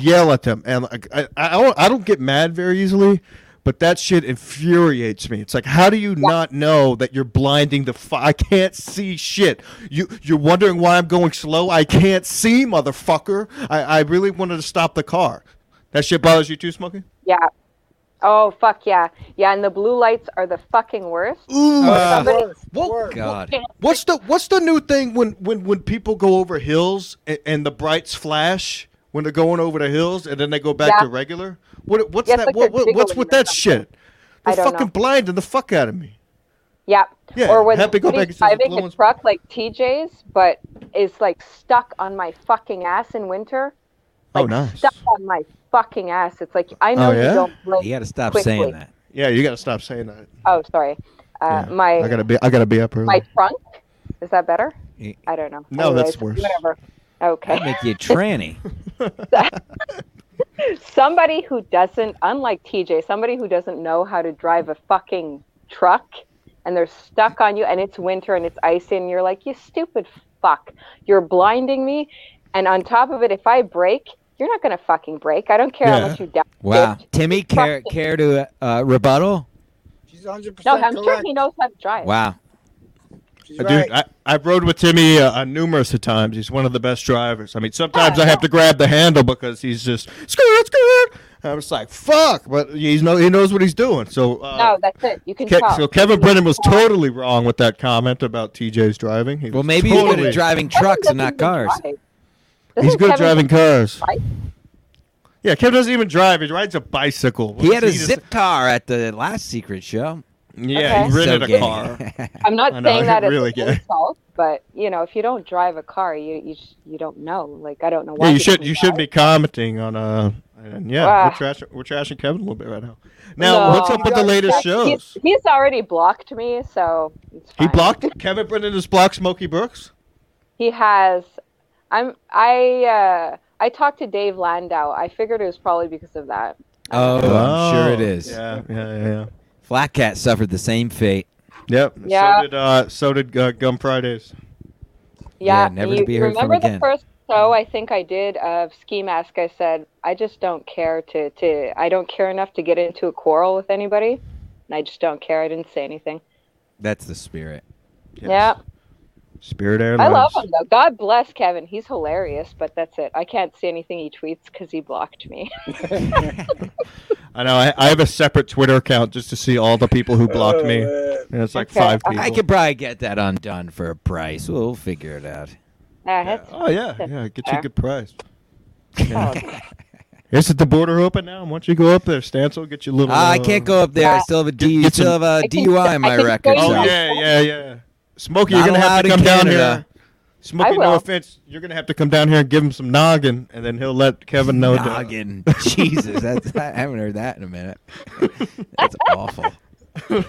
[SPEAKER 7] yell at them. And like, I, I, don't, I don't get mad very easily, but that shit infuriates me. It's like, how do you not know that you're blinding the? Fu- I can't see shit. You, you're wondering why I'm going slow. I can't see, motherfucker. I, I really wanted to stop the car. That shit bothers you too, Smokey?
[SPEAKER 8] Yeah. Oh fuck yeah, yeah. And the blue lights are the fucking worst.
[SPEAKER 7] Ooh,
[SPEAKER 9] Oh,
[SPEAKER 1] Uh,
[SPEAKER 7] what-
[SPEAKER 9] Worse,
[SPEAKER 7] what-
[SPEAKER 9] worse.
[SPEAKER 1] God.
[SPEAKER 7] What's the what's the new thing when when when people go over hills and, and the brights flash when they're going over the hills and then they go back
[SPEAKER 8] Yeah.
[SPEAKER 7] to regular? What what's
[SPEAKER 8] Yeah, it's
[SPEAKER 7] that?
[SPEAKER 8] like
[SPEAKER 7] what,
[SPEAKER 8] they're
[SPEAKER 7] what- what's
[SPEAKER 8] jiggling
[SPEAKER 7] with
[SPEAKER 8] or
[SPEAKER 7] that
[SPEAKER 8] something.
[SPEAKER 7] shit? They're
[SPEAKER 8] I don't
[SPEAKER 7] fucking
[SPEAKER 8] know.
[SPEAKER 7] blinding the fuck out of me.
[SPEAKER 8] Yeah.
[SPEAKER 7] Yeah,
[SPEAKER 8] Or when
[SPEAKER 7] happy go back
[SPEAKER 8] somebody's
[SPEAKER 7] and see the
[SPEAKER 8] driving
[SPEAKER 7] blue
[SPEAKER 8] a
[SPEAKER 7] ones.
[SPEAKER 8] truck like TJ's, but is like stuck on my fucking ass in winter.
[SPEAKER 7] Oh,
[SPEAKER 8] Like,
[SPEAKER 7] nice.
[SPEAKER 8] Stuck on my fucking ass. It's like I know
[SPEAKER 7] Oh, yeah?
[SPEAKER 8] you don't. Like,
[SPEAKER 1] You got to stop
[SPEAKER 8] quickly.
[SPEAKER 1] saying that.
[SPEAKER 7] Yeah, you gotta stop saying that.
[SPEAKER 8] Oh, sorry. Uh,
[SPEAKER 7] Yeah.
[SPEAKER 8] My
[SPEAKER 7] I gotta be I gotta be up early.
[SPEAKER 8] my trunk. Is that better?
[SPEAKER 1] Y-
[SPEAKER 8] I don't know.
[SPEAKER 7] No, that's worse.
[SPEAKER 8] Whatever. Okay.
[SPEAKER 1] That make you a tranny.
[SPEAKER 8] somebody who doesn't, unlike TJ, somebody who doesn't know how to drive a fucking truck and they're stuck on you and it's winter and it's icy and you're like, you stupid fuck, you're blinding me. And on top of it, if I break, you're not going to fucking break. I don't care
[SPEAKER 7] Yeah.
[SPEAKER 8] how much you down.
[SPEAKER 1] Wow,
[SPEAKER 8] bitch.
[SPEAKER 1] Timmy, care
[SPEAKER 8] fucking-
[SPEAKER 1] care to uh, rebuttal?
[SPEAKER 9] She's 100%
[SPEAKER 8] No, I'm sure
[SPEAKER 9] correct.
[SPEAKER 8] he knows how to drive.
[SPEAKER 1] Wow,
[SPEAKER 9] She's
[SPEAKER 7] Dude,
[SPEAKER 9] right.
[SPEAKER 7] I, I've rode with Timmy uh, uh, numerous of times. He's one of the best drivers. I mean, sometimes I have to grab the handle because he's just skirt, skirt. And I'm just like, fuck. But he's no, he knows what he's doing. So uh,
[SPEAKER 8] No, that's it. You can
[SPEAKER 7] Ke-
[SPEAKER 8] tell.
[SPEAKER 7] so Kevin Brennan was totally wrong with that comment about TJ's driving. He
[SPEAKER 1] Well,
[SPEAKER 7] was
[SPEAKER 1] maybe he's
[SPEAKER 7] totally,
[SPEAKER 1] good at driving trucks and not cars.
[SPEAKER 7] He's good at driving cars.
[SPEAKER 8] Right?
[SPEAKER 7] Yeah, Kevin doesn't even drive. He rides a bicycle.
[SPEAKER 1] He had a
[SPEAKER 7] just-
[SPEAKER 1] zip car at the last secret show.
[SPEAKER 7] Yeah,
[SPEAKER 8] Okay.
[SPEAKER 7] he rented
[SPEAKER 1] So
[SPEAKER 7] a
[SPEAKER 1] gay. [laughs]
[SPEAKER 7] car.
[SPEAKER 8] I'm not
[SPEAKER 7] I know,
[SPEAKER 8] saying that as
[SPEAKER 7] really
[SPEAKER 8] really
[SPEAKER 7] gay.
[SPEAKER 8] an insult, but you know, if you don't drive a car, you you sh- you don't know. Like I don't know why.
[SPEAKER 7] Yeah, you
[SPEAKER 8] people
[SPEAKER 7] should you should be commenting on uh and yeah,
[SPEAKER 8] Ah.
[SPEAKER 7] we're trashing we're trashing Kevin a little bit right now. Now,
[SPEAKER 8] No.
[SPEAKER 7] what's up with the latest shows?
[SPEAKER 8] He's, he's already blocked me, so it's
[SPEAKER 7] He
[SPEAKER 8] fine.
[SPEAKER 7] blocked it. Kevin Brennan has blocked Smokey Brooks.
[SPEAKER 8] He has. I'm. I. Uh, I talked to Dave Landau. I figured it was probably because of that.
[SPEAKER 1] Oh, I'm sure it is.
[SPEAKER 7] Yeah, yeah, yeah. yeah.
[SPEAKER 1] Flat Cat suffered the same fate.
[SPEAKER 7] Yep.
[SPEAKER 8] Yeah.
[SPEAKER 7] So did uh, so did uh, Gum Fridays.
[SPEAKER 1] Yeah,
[SPEAKER 8] Yeah.
[SPEAKER 1] never
[SPEAKER 8] you
[SPEAKER 1] to be heard from
[SPEAKER 8] remember
[SPEAKER 1] again.
[SPEAKER 8] the first show I think I did of Ski Mask? I said I just don't care to to. I don't care enough to get into a quarrel with anybody, and I just don't care. I didn't say anything.
[SPEAKER 1] That's the spirit.
[SPEAKER 7] Yes.
[SPEAKER 8] Yeah.
[SPEAKER 7] Spirit Airlines.
[SPEAKER 8] I love him though. God bless Kevin. He's hilarious, but that's it. I can't see anything he tweets because he blocked me. [laughs]
[SPEAKER 7] I know. I, I have a separate Twitter account just to see all the people who blocked me.
[SPEAKER 9] Oh, man.
[SPEAKER 7] And it's like
[SPEAKER 8] Okay.
[SPEAKER 7] five
[SPEAKER 8] I
[SPEAKER 7] people.
[SPEAKER 1] I could probably get that undone for a price. We'll figure it out.
[SPEAKER 8] Uh,
[SPEAKER 7] Yeah.
[SPEAKER 8] that's-
[SPEAKER 7] Oh yeah, yeah. Get you a good price.
[SPEAKER 8] oh,
[SPEAKER 7] [laughs] Is it the border open now? Once you go up there, Stancil, get your little.
[SPEAKER 1] Ah, I
[SPEAKER 7] uh,
[SPEAKER 1] can't go up there. I still have a D.
[SPEAKER 7] get
[SPEAKER 1] still have
[SPEAKER 7] some-
[SPEAKER 1] a
[SPEAKER 8] I
[SPEAKER 1] DUI
[SPEAKER 8] can-
[SPEAKER 1] in
[SPEAKER 8] I
[SPEAKER 1] my
[SPEAKER 8] can
[SPEAKER 1] record.
[SPEAKER 8] show
[SPEAKER 7] Oh
[SPEAKER 8] you
[SPEAKER 1] so-
[SPEAKER 8] my-
[SPEAKER 7] yeah, yeah, yeah. Smokey,
[SPEAKER 1] Not
[SPEAKER 7] you're gonna have
[SPEAKER 1] allowed
[SPEAKER 7] to
[SPEAKER 1] in
[SPEAKER 7] come down
[SPEAKER 1] Canada.
[SPEAKER 7] here. Smokey, no
[SPEAKER 8] will.
[SPEAKER 7] offense, you're gonna have to come down here and give him some noggin, and then he'll let Kevin know. to-
[SPEAKER 1] Noggin. [laughs] Jesus, that's, I haven't heard that in a minute. [laughs] That's awful.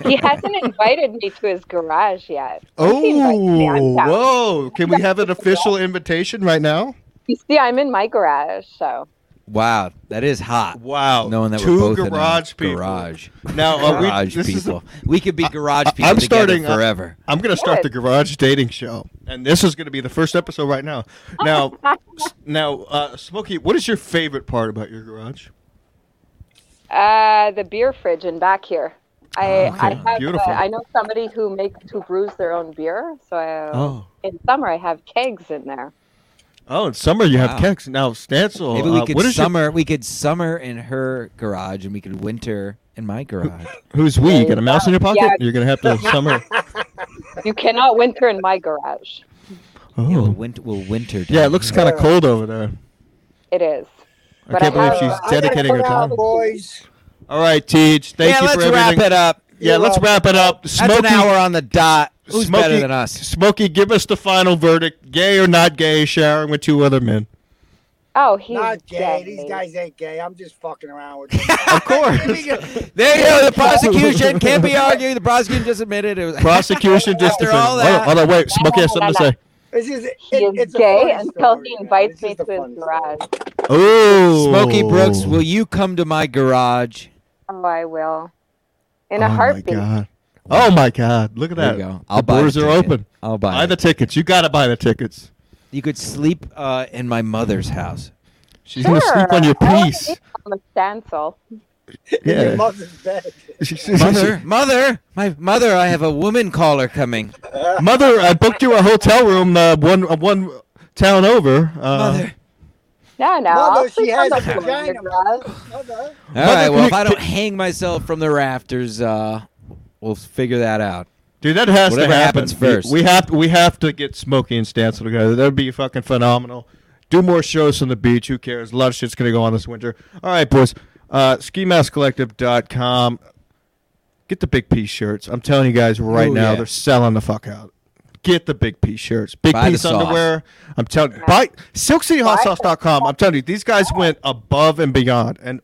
[SPEAKER 8] He hasn't invited me to his garage yet. Once he invites me, I'm
[SPEAKER 7] Oh,
[SPEAKER 8] down.
[SPEAKER 7] whoa! Can
[SPEAKER 8] [laughs]
[SPEAKER 7] we have an official invitation right now?
[SPEAKER 8] You see, I'm in my garage, so
[SPEAKER 1] Wow, that is hot.
[SPEAKER 7] Wow!
[SPEAKER 1] Knowing that
[SPEAKER 7] two
[SPEAKER 1] we're both
[SPEAKER 7] garage
[SPEAKER 1] in a
[SPEAKER 7] people.
[SPEAKER 1] garage,
[SPEAKER 7] Now, are we?
[SPEAKER 1] garage
[SPEAKER 7] this is the-
[SPEAKER 1] people. we could be garage people
[SPEAKER 7] I'm
[SPEAKER 1] together
[SPEAKER 7] starting- uh,
[SPEAKER 1] forever.
[SPEAKER 7] I'm gonna start the
[SPEAKER 8] Good.
[SPEAKER 7] garage dating show, and this is gonna be the first episode right now. Now, [laughs] s- now, uh, Smokey, what is your favorite part about your garage?
[SPEAKER 8] uh, the beer fridge in back here. I I
[SPEAKER 7] Oh, okay.
[SPEAKER 8] have uh,
[SPEAKER 7] Beautiful.
[SPEAKER 8] I know somebody who makes who brews their own beer, so I,
[SPEAKER 7] Oh.
[SPEAKER 8] in summer I have kegs in there.
[SPEAKER 7] Oh, in summer you
[SPEAKER 1] Wow.
[SPEAKER 7] have kegs. Now, Stancil,
[SPEAKER 1] Maybe we
[SPEAKER 7] uh,
[SPEAKER 1] could
[SPEAKER 7] what is your-
[SPEAKER 1] summer. We could summer in her garage, and we could winter in my garage.
[SPEAKER 7] who's we? You
[SPEAKER 8] Yeah,
[SPEAKER 7] got a mouse in your pocket?
[SPEAKER 8] yeah.
[SPEAKER 7] You're gonna have [laughs] to summer.
[SPEAKER 8] You cannot winter in my garage.
[SPEAKER 1] Yeah, we'll
[SPEAKER 7] Oh,
[SPEAKER 1] winter. We'll winter. down
[SPEAKER 7] yeah. It looks
[SPEAKER 1] here.
[SPEAKER 7] kind of cold over there.
[SPEAKER 8] It is.
[SPEAKER 7] I
[SPEAKER 8] But
[SPEAKER 7] can't
[SPEAKER 8] I
[SPEAKER 7] believe
[SPEAKER 8] have-
[SPEAKER 7] she's
[SPEAKER 8] I
[SPEAKER 9] gotta
[SPEAKER 7] dedicating her
[SPEAKER 9] put out,
[SPEAKER 7] time.
[SPEAKER 9] boys.
[SPEAKER 7] All right, Teach. Thank
[SPEAKER 1] yeah,
[SPEAKER 7] you
[SPEAKER 1] let's
[SPEAKER 7] for everything.
[SPEAKER 1] wrap it up.
[SPEAKER 7] Yeah, let's wrap it up.
[SPEAKER 1] That's an
[SPEAKER 7] Smokey,
[SPEAKER 1] hour on the dot. Who's
[SPEAKER 7] Smokey,
[SPEAKER 1] better than us?
[SPEAKER 7] [laughs] Smokey, give us the final verdict: gay or not gay? Sharing with two
[SPEAKER 1] [laughs]
[SPEAKER 7] other men.
[SPEAKER 8] Oh, he's
[SPEAKER 9] Not gay.
[SPEAKER 8] dead.
[SPEAKER 9] These guys ain't gay. I'm just fucking around
[SPEAKER 7] [laughs]
[SPEAKER 9] with them.
[SPEAKER 7] Of
[SPEAKER 9] [laughs]
[SPEAKER 7] course.
[SPEAKER 1] There you go. The prosecution can't be argued. The prosecution just admitted it was [laughs]
[SPEAKER 7] Prosecution just
[SPEAKER 1] After
[SPEAKER 7] defended.
[SPEAKER 1] all
[SPEAKER 7] Hold on,
[SPEAKER 1] that-
[SPEAKER 7] hold on, wait. Smokey has something to say.
[SPEAKER 9] It's just, it,
[SPEAKER 8] He is
[SPEAKER 9] it's a
[SPEAKER 8] gay
[SPEAKER 9] funny
[SPEAKER 8] until
[SPEAKER 9] story,
[SPEAKER 8] he
[SPEAKER 9] man.
[SPEAKER 8] invites
[SPEAKER 9] It's
[SPEAKER 8] me
[SPEAKER 9] just a
[SPEAKER 8] to his
[SPEAKER 9] funny story.
[SPEAKER 8] garage.
[SPEAKER 7] Oh,
[SPEAKER 1] Smokey Brooks, will you come to my garage?
[SPEAKER 8] Oh, I will. In
[SPEAKER 7] oh
[SPEAKER 8] a heartbeat.
[SPEAKER 7] My God. Oh my God! Look at
[SPEAKER 1] There
[SPEAKER 7] that.
[SPEAKER 1] you go. I'll
[SPEAKER 7] the
[SPEAKER 1] buy the
[SPEAKER 7] doors are
[SPEAKER 1] ticket.
[SPEAKER 7] open.
[SPEAKER 1] I'll buy
[SPEAKER 7] Buy
[SPEAKER 1] it.
[SPEAKER 7] the tickets. You gotta buy the tickets.
[SPEAKER 1] You could sleep uh, in my mother's
[SPEAKER 7] [laughs]
[SPEAKER 1] house.
[SPEAKER 7] She's gonna sleep on your
[SPEAKER 8] I wanna
[SPEAKER 7] piece.
[SPEAKER 8] eat on the stencil.
[SPEAKER 9] Your
[SPEAKER 7] Yeah.
[SPEAKER 9] mother's bed.
[SPEAKER 1] Mother, mother, my mother, I have a woman caller coming.
[SPEAKER 7] Mother, I booked you a hotel room uh, one uh, one town over. Uh,
[SPEAKER 1] Mother.
[SPEAKER 8] No, no. I'll
[SPEAKER 9] Mother, she
[SPEAKER 8] sleep
[SPEAKER 9] has
[SPEAKER 8] on
[SPEAKER 9] a
[SPEAKER 8] the floor in your
[SPEAKER 9] vagina.
[SPEAKER 8] garage.
[SPEAKER 9] Mother.
[SPEAKER 1] All
[SPEAKER 7] Mother,
[SPEAKER 1] right,
[SPEAKER 7] can
[SPEAKER 1] well,
[SPEAKER 7] you-
[SPEAKER 1] if I don't
[SPEAKER 7] can-
[SPEAKER 1] hang myself from the rafters, uh, we'll figure that out.
[SPEAKER 7] Dude, that has
[SPEAKER 1] Whatever
[SPEAKER 7] to happen.
[SPEAKER 1] happens first.
[SPEAKER 7] We have we have to get Smokey and Stancil together. That'd be fucking phenomenal. Do more shows on the beach. Who cares? A lot of shit's gonna go on this winter. All right, boys. Uh, SkiMaskCollective.com. Get the big P shirts. I'm telling you guys right
[SPEAKER 1] Ooh,
[SPEAKER 7] now,
[SPEAKER 1] yeah.
[SPEAKER 7] they're selling the fuck out. Get the big P shirts. Big
[SPEAKER 1] Buy the
[SPEAKER 7] piece
[SPEAKER 1] sauce.
[SPEAKER 7] underwear. I'm telling you. Buy silkcityhotsauce.com. I'm telling you, these guys went above and beyond. And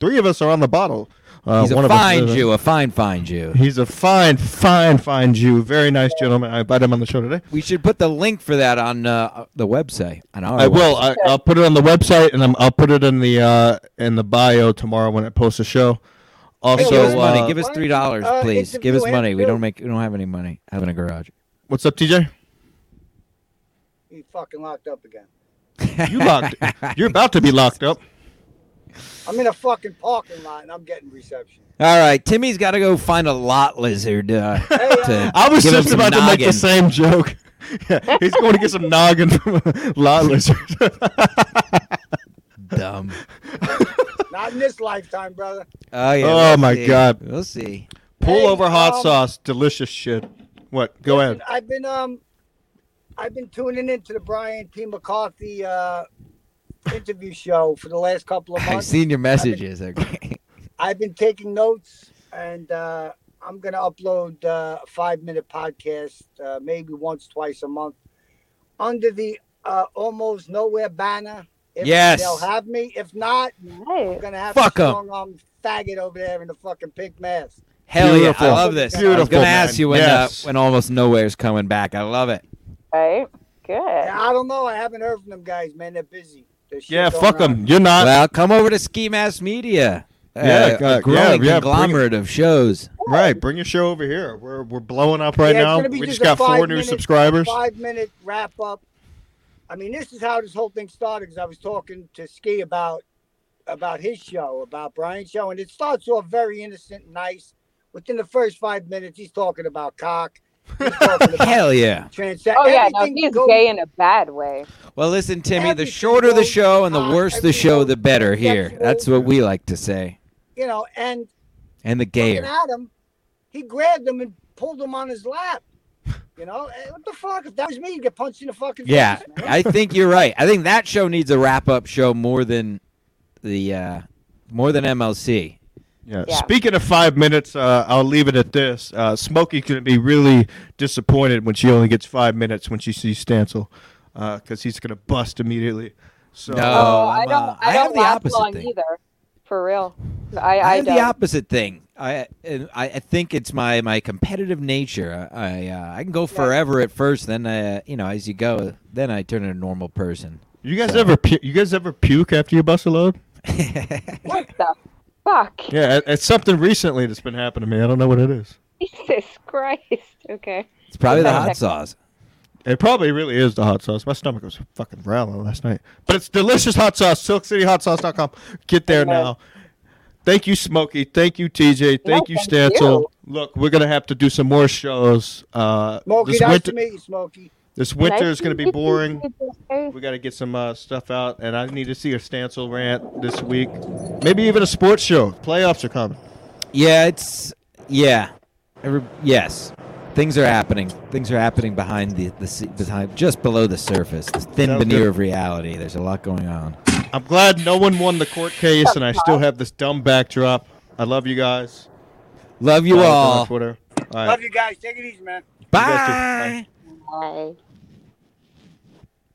[SPEAKER 7] three of us are on the bottle. Uh,
[SPEAKER 1] He's
[SPEAKER 7] one
[SPEAKER 1] a
[SPEAKER 7] of us-
[SPEAKER 1] fine Jew, a fine, fine Jew.
[SPEAKER 7] He's a fine, fine, fine Jew. Very nice gentleman. I invited him on the show today.
[SPEAKER 1] We should put the link for that on uh, the website. On our
[SPEAKER 7] I will.
[SPEAKER 1] website.
[SPEAKER 7] I, I'll put it on the website, and I'm, I'll put it in the uh, in the bio tomorrow when I post the show. Also,
[SPEAKER 1] give us
[SPEAKER 7] uh,
[SPEAKER 1] money. Give us
[SPEAKER 9] why don't
[SPEAKER 1] three dollars,
[SPEAKER 9] you, uh,
[SPEAKER 1] please. Give
[SPEAKER 9] interview
[SPEAKER 1] us
[SPEAKER 9] him
[SPEAKER 1] money. We
[SPEAKER 9] too?
[SPEAKER 1] don't make. We don't have any money. I live in a garage.
[SPEAKER 7] what's up, TJ?
[SPEAKER 9] He fucking locked up again.
[SPEAKER 1] [laughs]
[SPEAKER 7] You locked. You're about to be locked up.
[SPEAKER 9] I'm in a fucking parking lot and I'm getting reception.
[SPEAKER 1] All right, Timmy's got to go find a lot lizard.
[SPEAKER 7] [laughs]
[SPEAKER 1] Uh, to
[SPEAKER 7] I was
[SPEAKER 1] give him
[SPEAKER 7] just
[SPEAKER 1] some
[SPEAKER 7] about to make
[SPEAKER 1] noggin.
[SPEAKER 7] the same joke. [laughs] Yeah, he's going to get some noggin from [laughs] a lot lizard.
[SPEAKER 1] Dumb.
[SPEAKER 9] Not in this lifetime, brother.
[SPEAKER 1] Oh, yeah,
[SPEAKER 7] Oh,
[SPEAKER 1] we'll
[SPEAKER 7] my
[SPEAKER 1] see.
[SPEAKER 7] God.
[SPEAKER 1] We'll see.
[SPEAKER 7] Pull over hot
[SPEAKER 9] um,
[SPEAKER 7] sauce, delicious shit. What? Go ahead.
[SPEAKER 9] I've been um I've been tuning into the Brian P. McCarthy uh interview show for the last couple of
[SPEAKER 1] I've
[SPEAKER 9] months.
[SPEAKER 1] seen your messages.
[SPEAKER 7] [laughs]
[SPEAKER 1] Okay.
[SPEAKER 9] I've been taking notes and uh I'm gonna upload uh, a five minute podcast, uh, maybe once, twice a month, under the uh, almost nowhere banner. If
[SPEAKER 1] Yes.
[SPEAKER 9] they'll have me. If not,
[SPEAKER 8] Nice.
[SPEAKER 9] we're gonna have
[SPEAKER 1] Fuck 'em.
[SPEAKER 9] strong arm faggot over there in the fucking pink mask.
[SPEAKER 1] Hell yeah, I
[SPEAKER 7] Beautiful.
[SPEAKER 1] love this. I was
[SPEAKER 7] Beautiful,
[SPEAKER 1] gonna
[SPEAKER 7] man.
[SPEAKER 1] ask you when
[SPEAKER 7] Yes.
[SPEAKER 1] uh, when almost nowhere's coming back. I love it.
[SPEAKER 8] Right? Good.
[SPEAKER 9] Yeah, I don't know. I haven't heard from them guys, man. They're busy. There's shit
[SPEAKER 7] Yeah,
[SPEAKER 9] going
[SPEAKER 7] fuck
[SPEAKER 9] on.
[SPEAKER 7] him. You're not.
[SPEAKER 1] well, come over to Ski Mask Media.
[SPEAKER 7] Uh, Yeah,
[SPEAKER 1] uh,
[SPEAKER 7] God, yeah,
[SPEAKER 1] a growing
[SPEAKER 7] yeah, bring it.
[SPEAKER 1] conglomerate of shows.
[SPEAKER 7] Right, bring your show over here. We're we're blowing up right
[SPEAKER 9] Yeah, it's
[SPEAKER 7] now.
[SPEAKER 9] gonna be
[SPEAKER 7] We just,
[SPEAKER 9] a
[SPEAKER 7] got four new
[SPEAKER 9] five-minute-
[SPEAKER 7] subscribers.
[SPEAKER 9] Five minute wrap up. I mean, this is how this whole thing started because I was talking to Ski about about his show, about Brian's show, and it starts off very innocent, and nice. Within the first five minutes, he's talking about cock.
[SPEAKER 1] [laughs]
[SPEAKER 9] He's talking about
[SPEAKER 1] Hell yeah.
[SPEAKER 9] trans.
[SPEAKER 8] Oh, yeah. No,
[SPEAKER 9] everything
[SPEAKER 8] he's
[SPEAKER 9] goes-
[SPEAKER 8] gay in a bad way.
[SPEAKER 1] Well, listen, Timmy, the
[SPEAKER 9] Everything
[SPEAKER 1] shorter the
[SPEAKER 9] goes
[SPEAKER 1] show and the
[SPEAKER 9] on.
[SPEAKER 1] worse the
[SPEAKER 9] Everything
[SPEAKER 1] show,
[SPEAKER 9] goes
[SPEAKER 1] the better here.
[SPEAKER 9] sexual.
[SPEAKER 1] That's what we like to say.
[SPEAKER 9] You know, and
[SPEAKER 1] And the
[SPEAKER 9] fucking
[SPEAKER 1] gayer.
[SPEAKER 9] Adam, he grabbed him and pulled him on his lap. You know, Eh, what the fuck? If that was me, you'd get punched in the fucking
[SPEAKER 1] Yeah,
[SPEAKER 9] face.
[SPEAKER 1] [laughs]
[SPEAKER 9] man.
[SPEAKER 1] I think you're right. I think that show needs a wrap up show more than the uh, more than MLC.
[SPEAKER 7] Yeah.
[SPEAKER 8] Yeah.
[SPEAKER 7] Speaking of five minutes, uh, I'll leave it at this. Uh, Smokey's going to be really disappointed when she only gets five minutes when she sees Stancil, because he's going to bust immediately. So
[SPEAKER 1] No.
[SPEAKER 8] oh, I
[SPEAKER 1] I'm,
[SPEAKER 8] don't.
[SPEAKER 1] uh,
[SPEAKER 8] I
[SPEAKER 1] I
[SPEAKER 8] don't
[SPEAKER 1] have the
[SPEAKER 8] last
[SPEAKER 1] opposite
[SPEAKER 8] long
[SPEAKER 1] thing.
[SPEAKER 8] either. For real, I.
[SPEAKER 1] I
[SPEAKER 8] I,
[SPEAKER 1] have
[SPEAKER 8] don't.
[SPEAKER 1] the opposite thing. I and I, I think it's my my competitive nature. I uh, I can go forever at first, then uh, you know as you go, then I turn into a normal person. [laughs]
[SPEAKER 7] you guys ever pu- you guys ever puke after you bust a load?
[SPEAKER 8] what the fuck? [laughs]
[SPEAKER 7] Yeah, it- it's something recently that's been happening to me. I don't know what it is.
[SPEAKER 8] Jesus Christ. Okay.
[SPEAKER 1] It's probably the hot
[SPEAKER 8] Exactly.
[SPEAKER 1] sauce.
[SPEAKER 7] It probably really is the hot sauce. My stomach was fucking growling last night. But it's delicious hot sauce. SilkCityHotSauce.com. Get there now. Thank you, Smokey. Thank you, TJ. Thank
[SPEAKER 8] No,
[SPEAKER 7] you,
[SPEAKER 8] thank
[SPEAKER 7] Stancil.
[SPEAKER 8] you.
[SPEAKER 7] Look, we're gonna have to do some more shows. Uh,
[SPEAKER 9] Smokey,
[SPEAKER 7] this
[SPEAKER 9] nice
[SPEAKER 7] winter,
[SPEAKER 9] to meet you, Smokey.
[SPEAKER 7] this winter
[SPEAKER 8] Nice
[SPEAKER 7] is gonna
[SPEAKER 8] to
[SPEAKER 7] be
[SPEAKER 8] meet
[SPEAKER 7] boring.
[SPEAKER 8] you.
[SPEAKER 7] We got to get some uh, stuff out, and I need to see a Stancil rant this week. Maybe even a sports show. Playoffs are coming.
[SPEAKER 1] Yeah, it's yeah, Every, yes. Things are happening. Things are happening behind the the se- behind just below the surface, the thin
[SPEAKER 7] Sounds
[SPEAKER 1] veneer
[SPEAKER 7] good.
[SPEAKER 1] of reality. There's a lot going on.
[SPEAKER 7] I'm glad no one won the court case, and I still have this dumb backdrop. I love you guys.
[SPEAKER 1] Love you
[SPEAKER 7] Follow us on
[SPEAKER 1] all.
[SPEAKER 7] Twitter. All right.
[SPEAKER 9] Love you guys. Take it easy, man.
[SPEAKER 7] guys too.
[SPEAKER 1] Bye.
[SPEAKER 8] Bye.